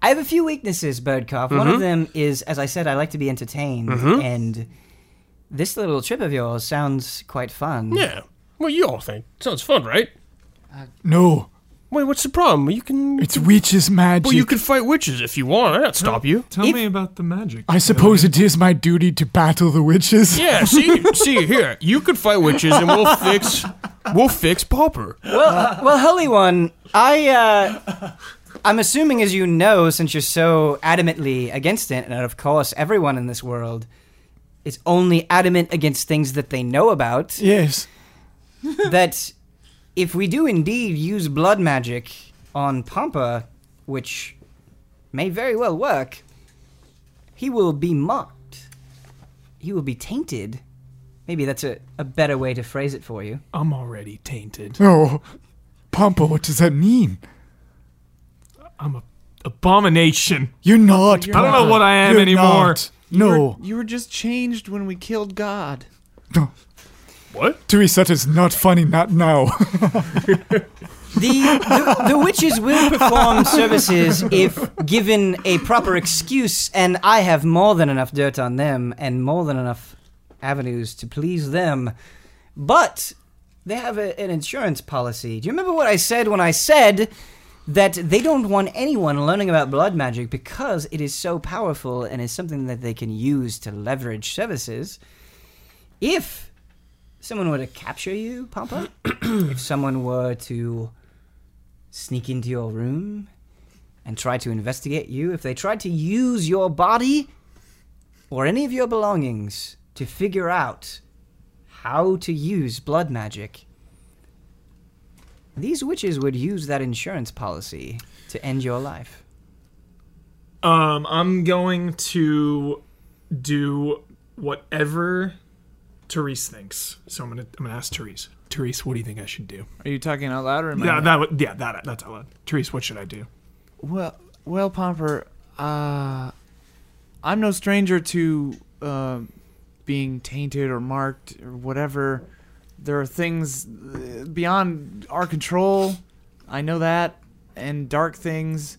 Speaker 1: I have a few weaknesses, Birdcough. One of them is, as I said, I like to be entertained, and this little trip of yours sounds quite fun.
Speaker 5: Yeah. Well, you all think sounds fun, right?
Speaker 7: No,
Speaker 5: Wait, what's the problem? You can.
Speaker 7: it's witch's magic.
Speaker 5: Well, you can fight witches if you want. I'd not stop you.
Speaker 6: Tell
Speaker 1: If-
Speaker 6: me about the magic.
Speaker 7: I suppose it is my duty to battle the witches.
Speaker 5: Yeah. See, see here. You can fight witches, and we'll fix. We'll fix Pauper.
Speaker 1: Well, uh, well, Holy One, I, uh, I'm assuming, as you know, since you're so adamantly against it, and of course, everyone in this world is only adamant against things that they know about,
Speaker 7: Yes.
Speaker 1: that if we do indeed use blood magic on Pompa, which may very well work, he will be mocked. He will be tainted. Maybe that's a, a better way to phrase it for you.
Speaker 6: I'm already tainted.
Speaker 7: No. Pompa, Oh, what does that mean?
Speaker 6: I'm a abomination.
Speaker 7: You're not. You're
Speaker 6: I don't know what I am anymore.
Speaker 7: not. No.
Speaker 3: You were just changed when we killed God.
Speaker 7: Therese, that is not funny, not now.
Speaker 1: The, the, the witches will perform services if given a proper excuse, and I have more than enough dirt on them and more than enough avenues to please them. But they have a, an insurance policy. Do you remember what I said when I said that they don't want anyone learning about blood magic because it is so powerful and is something that they can use to leverage services? If someone were to capture you, Papa, if someone were to sneak into your room and try to investigate you, if they tried to use your body or any of your belongings to figure out how to use blood magic, these witches would use that insurance policy to end your life.
Speaker 6: Um, I'm going to do whatever Therese thinks. So I'm gonna I'm gonna ask Therese. Therese, what do you think I should do?
Speaker 3: Are you talking out loud or am I?
Speaker 6: Yeah, that would- yeah, that that's all. Therese, what should I do?
Speaker 3: Well, well, Pomper, uh, I'm no stranger to uh, being tainted or marked or whatever. There are things uh, beyond our control. I know that, and dark things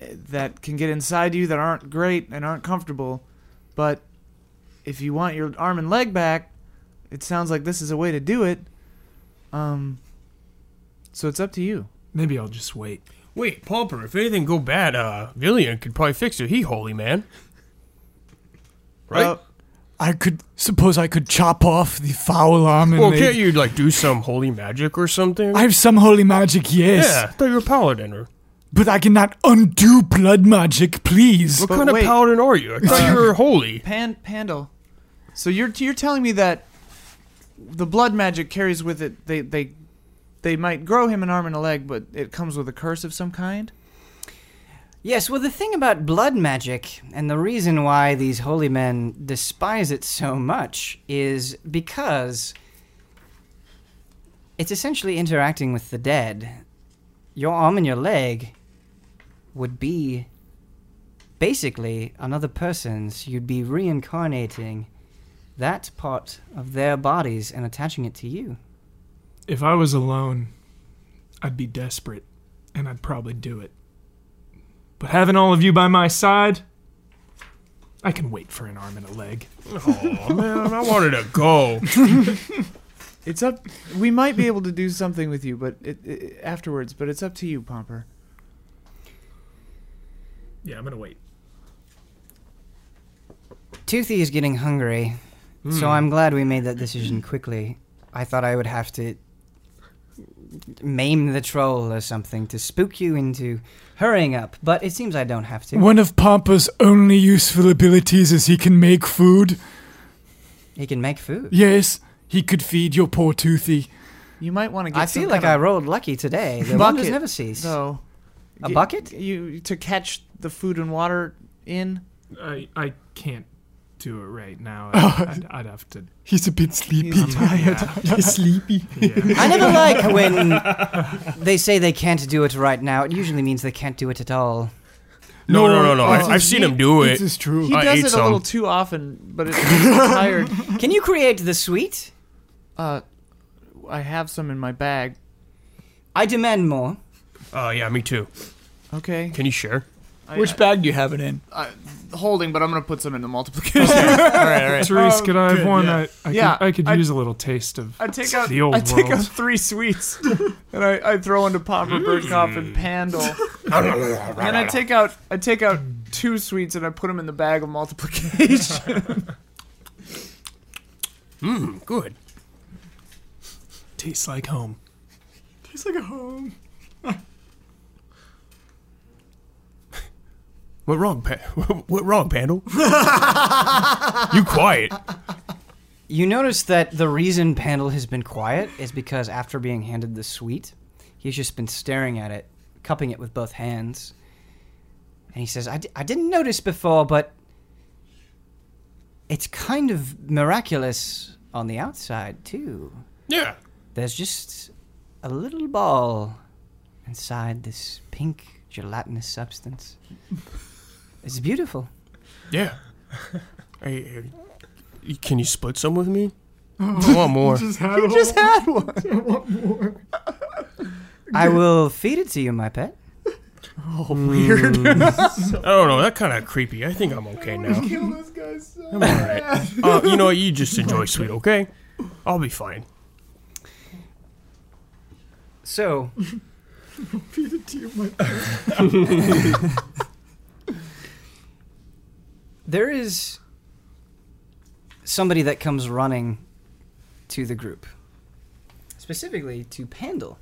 Speaker 3: uh, that can get inside you that aren't great and aren't comfortable. But if you want your arm and leg back, it sounds like this is a way to do it. Um, so it's up to you.
Speaker 6: Maybe I'll just wait.
Speaker 5: Wait, Pauper. If anything go bad, uh, Villian could probably fix it. He holy man. Right.
Speaker 3: Uh,
Speaker 7: I could suppose I could chop off the foul arm and
Speaker 5: well,
Speaker 7: they-
Speaker 5: can't you like do some holy magic or something?
Speaker 7: I have some holy magic, yes.
Speaker 5: yeah, I thought you were a paladin. Or
Speaker 7: But I cannot undo blood magic, please.
Speaker 5: what
Speaker 3: But
Speaker 5: kind
Speaker 3: wait.
Speaker 5: of paladin are you? I thought you were holy.
Speaker 3: Pan Pandal. So you're you're telling me that the blood magic carries with it they they they might grow him an arm and a leg, but it comes with a curse of some kind.
Speaker 1: Yes, well, the thing about blood magic, and the reason why these holy men despise it so much, is because it's essentially interacting with the dead. Your arm and your leg would be basically another person's. You'd be reincarnating that part of their bodies and attaching it to you.
Speaker 6: If I was alone, I'd be desperate, and I'd probably do it. But having all of you by my side, I can wait for an arm and a leg.
Speaker 5: Oh man, I wanted to go.
Speaker 3: It's up. We might be able to do something with you, but it, it, afterwards. But it's up to you, Pomper.
Speaker 6: Yeah, I'm gonna wait.
Speaker 1: Toothy is getting hungry, so I'm glad we made that decision quickly. I thought I would have to maim the troll or something to spook you into hurrying up, but it seems I don't have to.
Speaker 7: One of Pompa's only useful abilities is he can make food.
Speaker 1: He can make food.
Speaker 7: Yes, he could feed your poor Toothy.
Speaker 3: You might want to get.
Speaker 1: I
Speaker 3: some
Speaker 1: feel like I
Speaker 3: kind
Speaker 1: rolled lucky today. The
Speaker 3: Bucket,
Speaker 1: wonders never cease.
Speaker 3: So,
Speaker 1: A bucket?
Speaker 3: You to catch the food and water in.
Speaker 6: I I can't do it right now.
Speaker 3: Oh.
Speaker 6: I, I'd, I'd have to.
Speaker 7: He's a bit sleepy.
Speaker 6: I'm tired.
Speaker 7: He's sleepy.
Speaker 6: Yeah.
Speaker 1: I never like when they say they can't do it right now. It usually means they can't do it at all.
Speaker 5: No, no, no, no.
Speaker 1: Oh,
Speaker 5: I,
Speaker 1: this
Speaker 5: I've
Speaker 1: is-
Speaker 5: seen him do it.
Speaker 1: this is true.
Speaker 3: He
Speaker 5: I
Speaker 3: does
Speaker 5: ate
Speaker 3: it a
Speaker 5: some.
Speaker 3: little too often, but it, I'm tired.
Speaker 1: Can you create the sweet?
Speaker 3: Uh, I have some in my bag.
Speaker 1: I demand more.
Speaker 5: Oh yeah, me too.
Speaker 3: Okay.
Speaker 5: Can you share?
Speaker 3: I- I-
Speaker 10: Which bag do you have it in?
Speaker 3: Uh, holding, but I'm gonna put some in the multiplication.
Speaker 6: Therese, could I have
Speaker 3: good,
Speaker 6: one?
Speaker 3: yeah.
Speaker 6: I, I
Speaker 3: Yeah,
Speaker 6: could, I could
Speaker 3: I-
Speaker 6: use a little taste of
Speaker 3: I take out
Speaker 6: the old
Speaker 3: I take
Speaker 6: world.
Speaker 3: out three sweets, and I, I throw into Papa
Speaker 6: Mm.
Speaker 3: Birdcough and Pandal. and then I take out I take out two sweets and I put them in the bag of multiplication.
Speaker 5: Mmm, good.
Speaker 6: Tastes like home.
Speaker 7: Tastes like a home.
Speaker 5: What wrong, pa- What wrong, Pandal? you quiet.
Speaker 1: You notice that the reason Pandal has been quiet is because after being handed the sweet, he's just been staring at it, cupping it with both hands. And he says, I, d- I didn't notice before, but it's kind of miraculous on the outside, too.
Speaker 5: Yeah.
Speaker 1: There's just a little ball inside this pink gelatinous substance. It's beautiful.
Speaker 5: Yeah. Hey, Oh, hey, can you split some with me? I want more.
Speaker 3: you just had one.
Speaker 1: I will feed it to you, my pet.
Speaker 5: I don't know. That kind of creepy. I think I'm okay now.
Speaker 3: Kill this guy. So.
Speaker 5: I'm all right. Uh, you know, what? you just enjoy sweet, okay? I'll be fine.
Speaker 1: So, there is somebody that comes running to the group, specifically to Pandal,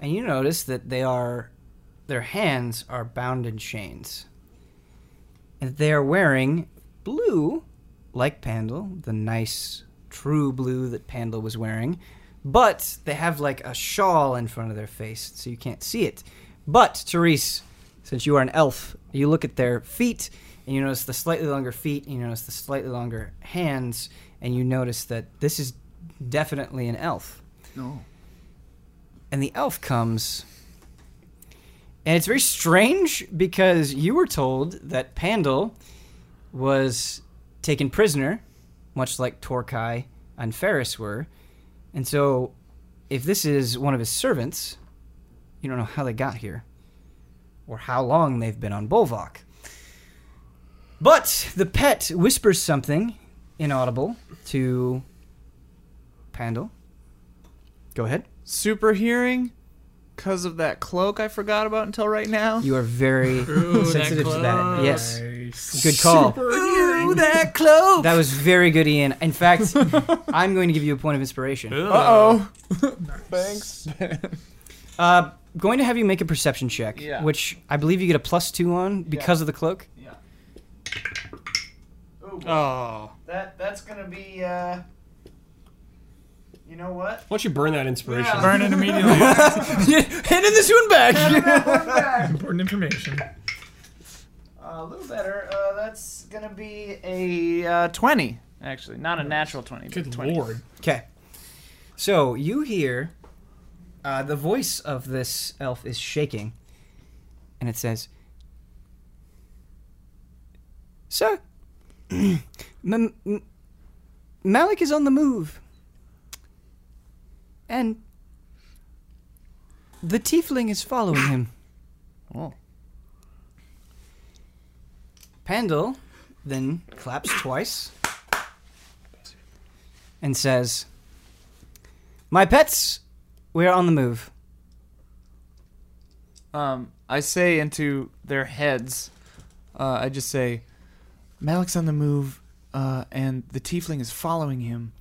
Speaker 1: and you notice that they are their hands are bound in chains, and they are wearing blue, like Pandal, the nice true blue that Pandal was wearing, but they have like a shawl in front of their face, so you can't see it. But Therese, since you are an elf, you look at their feet and you notice the slightly longer feet, and you notice the slightly longer hands, and you notice that this is definitely an elf.
Speaker 7: No.
Speaker 1: And the elf comes. And it's very strange because you were told that Pandal was taken prisoner, much like Torkai and Ferris were. And so, if this is one of his servants, you don't know how they got here or how long they've been on Bolvok. But the pet whispers something inaudible to Pandal. Go ahead.
Speaker 3: Super hearing, cause of that cloak I forgot about until right now.
Speaker 1: You are very sensitive to that. Yes. Good call.
Speaker 3: Ooh, that cloak.
Speaker 1: That was very good, Ian. In fact, I'm going to give you a point of inspiration.
Speaker 3: Uh oh. Thanks.
Speaker 1: Uh, going to have you make a perception check,
Speaker 3: Yeah.
Speaker 1: which I believe you get a plus two on because of the cloak.
Speaker 8: Oh.
Speaker 3: That that's gonna be. uh... You know what? Uh,
Speaker 5: Why don't you burn that inspiration?
Speaker 6: Burn it immediately.
Speaker 1: Handing this one back.
Speaker 6: Important information.
Speaker 3: a little better. Uh, that's gonna be a uh, twenty. Actually, not a natural twenty. But
Speaker 8: Good
Speaker 3: 20.
Speaker 8: lord.
Speaker 1: Okay. So you hear uh, the voice of this elf is shaking, and it says, "Sir, M- M- Malik is on the move, and the tiefling is following him."
Speaker 3: Oh.
Speaker 1: Pandal then claps twice and says, "My pets, we are on the move."
Speaker 3: Um, I say into their heads. Uh, I just say, Malik's on the move, uh, and the tiefling is following him.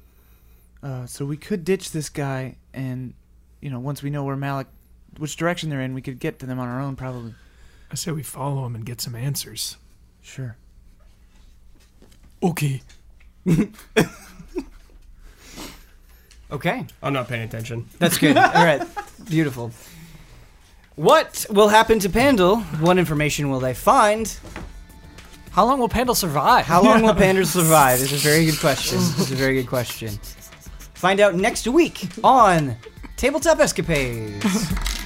Speaker 3: Uh, so we could ditch this guy, and you know, once we know where Malik, which direction they're in, we could get to them on our own, probably.
Speaker 6: I say we follow him and get some answers.
Speaker 3: Sure.
Speaker 7: Okay.
Speaker 1: Okay.
Speaker 5: I'm not paying attention.
Speaker 1: That's good. All right. Beautiful. What will happen to Pandal? What information will they find?
Speaker 10: How long will Pandal survive?
Speaker 1: How long will Pandal survive? Is a very good question. It's a very good question. Find out next week on Tabletop Escapades.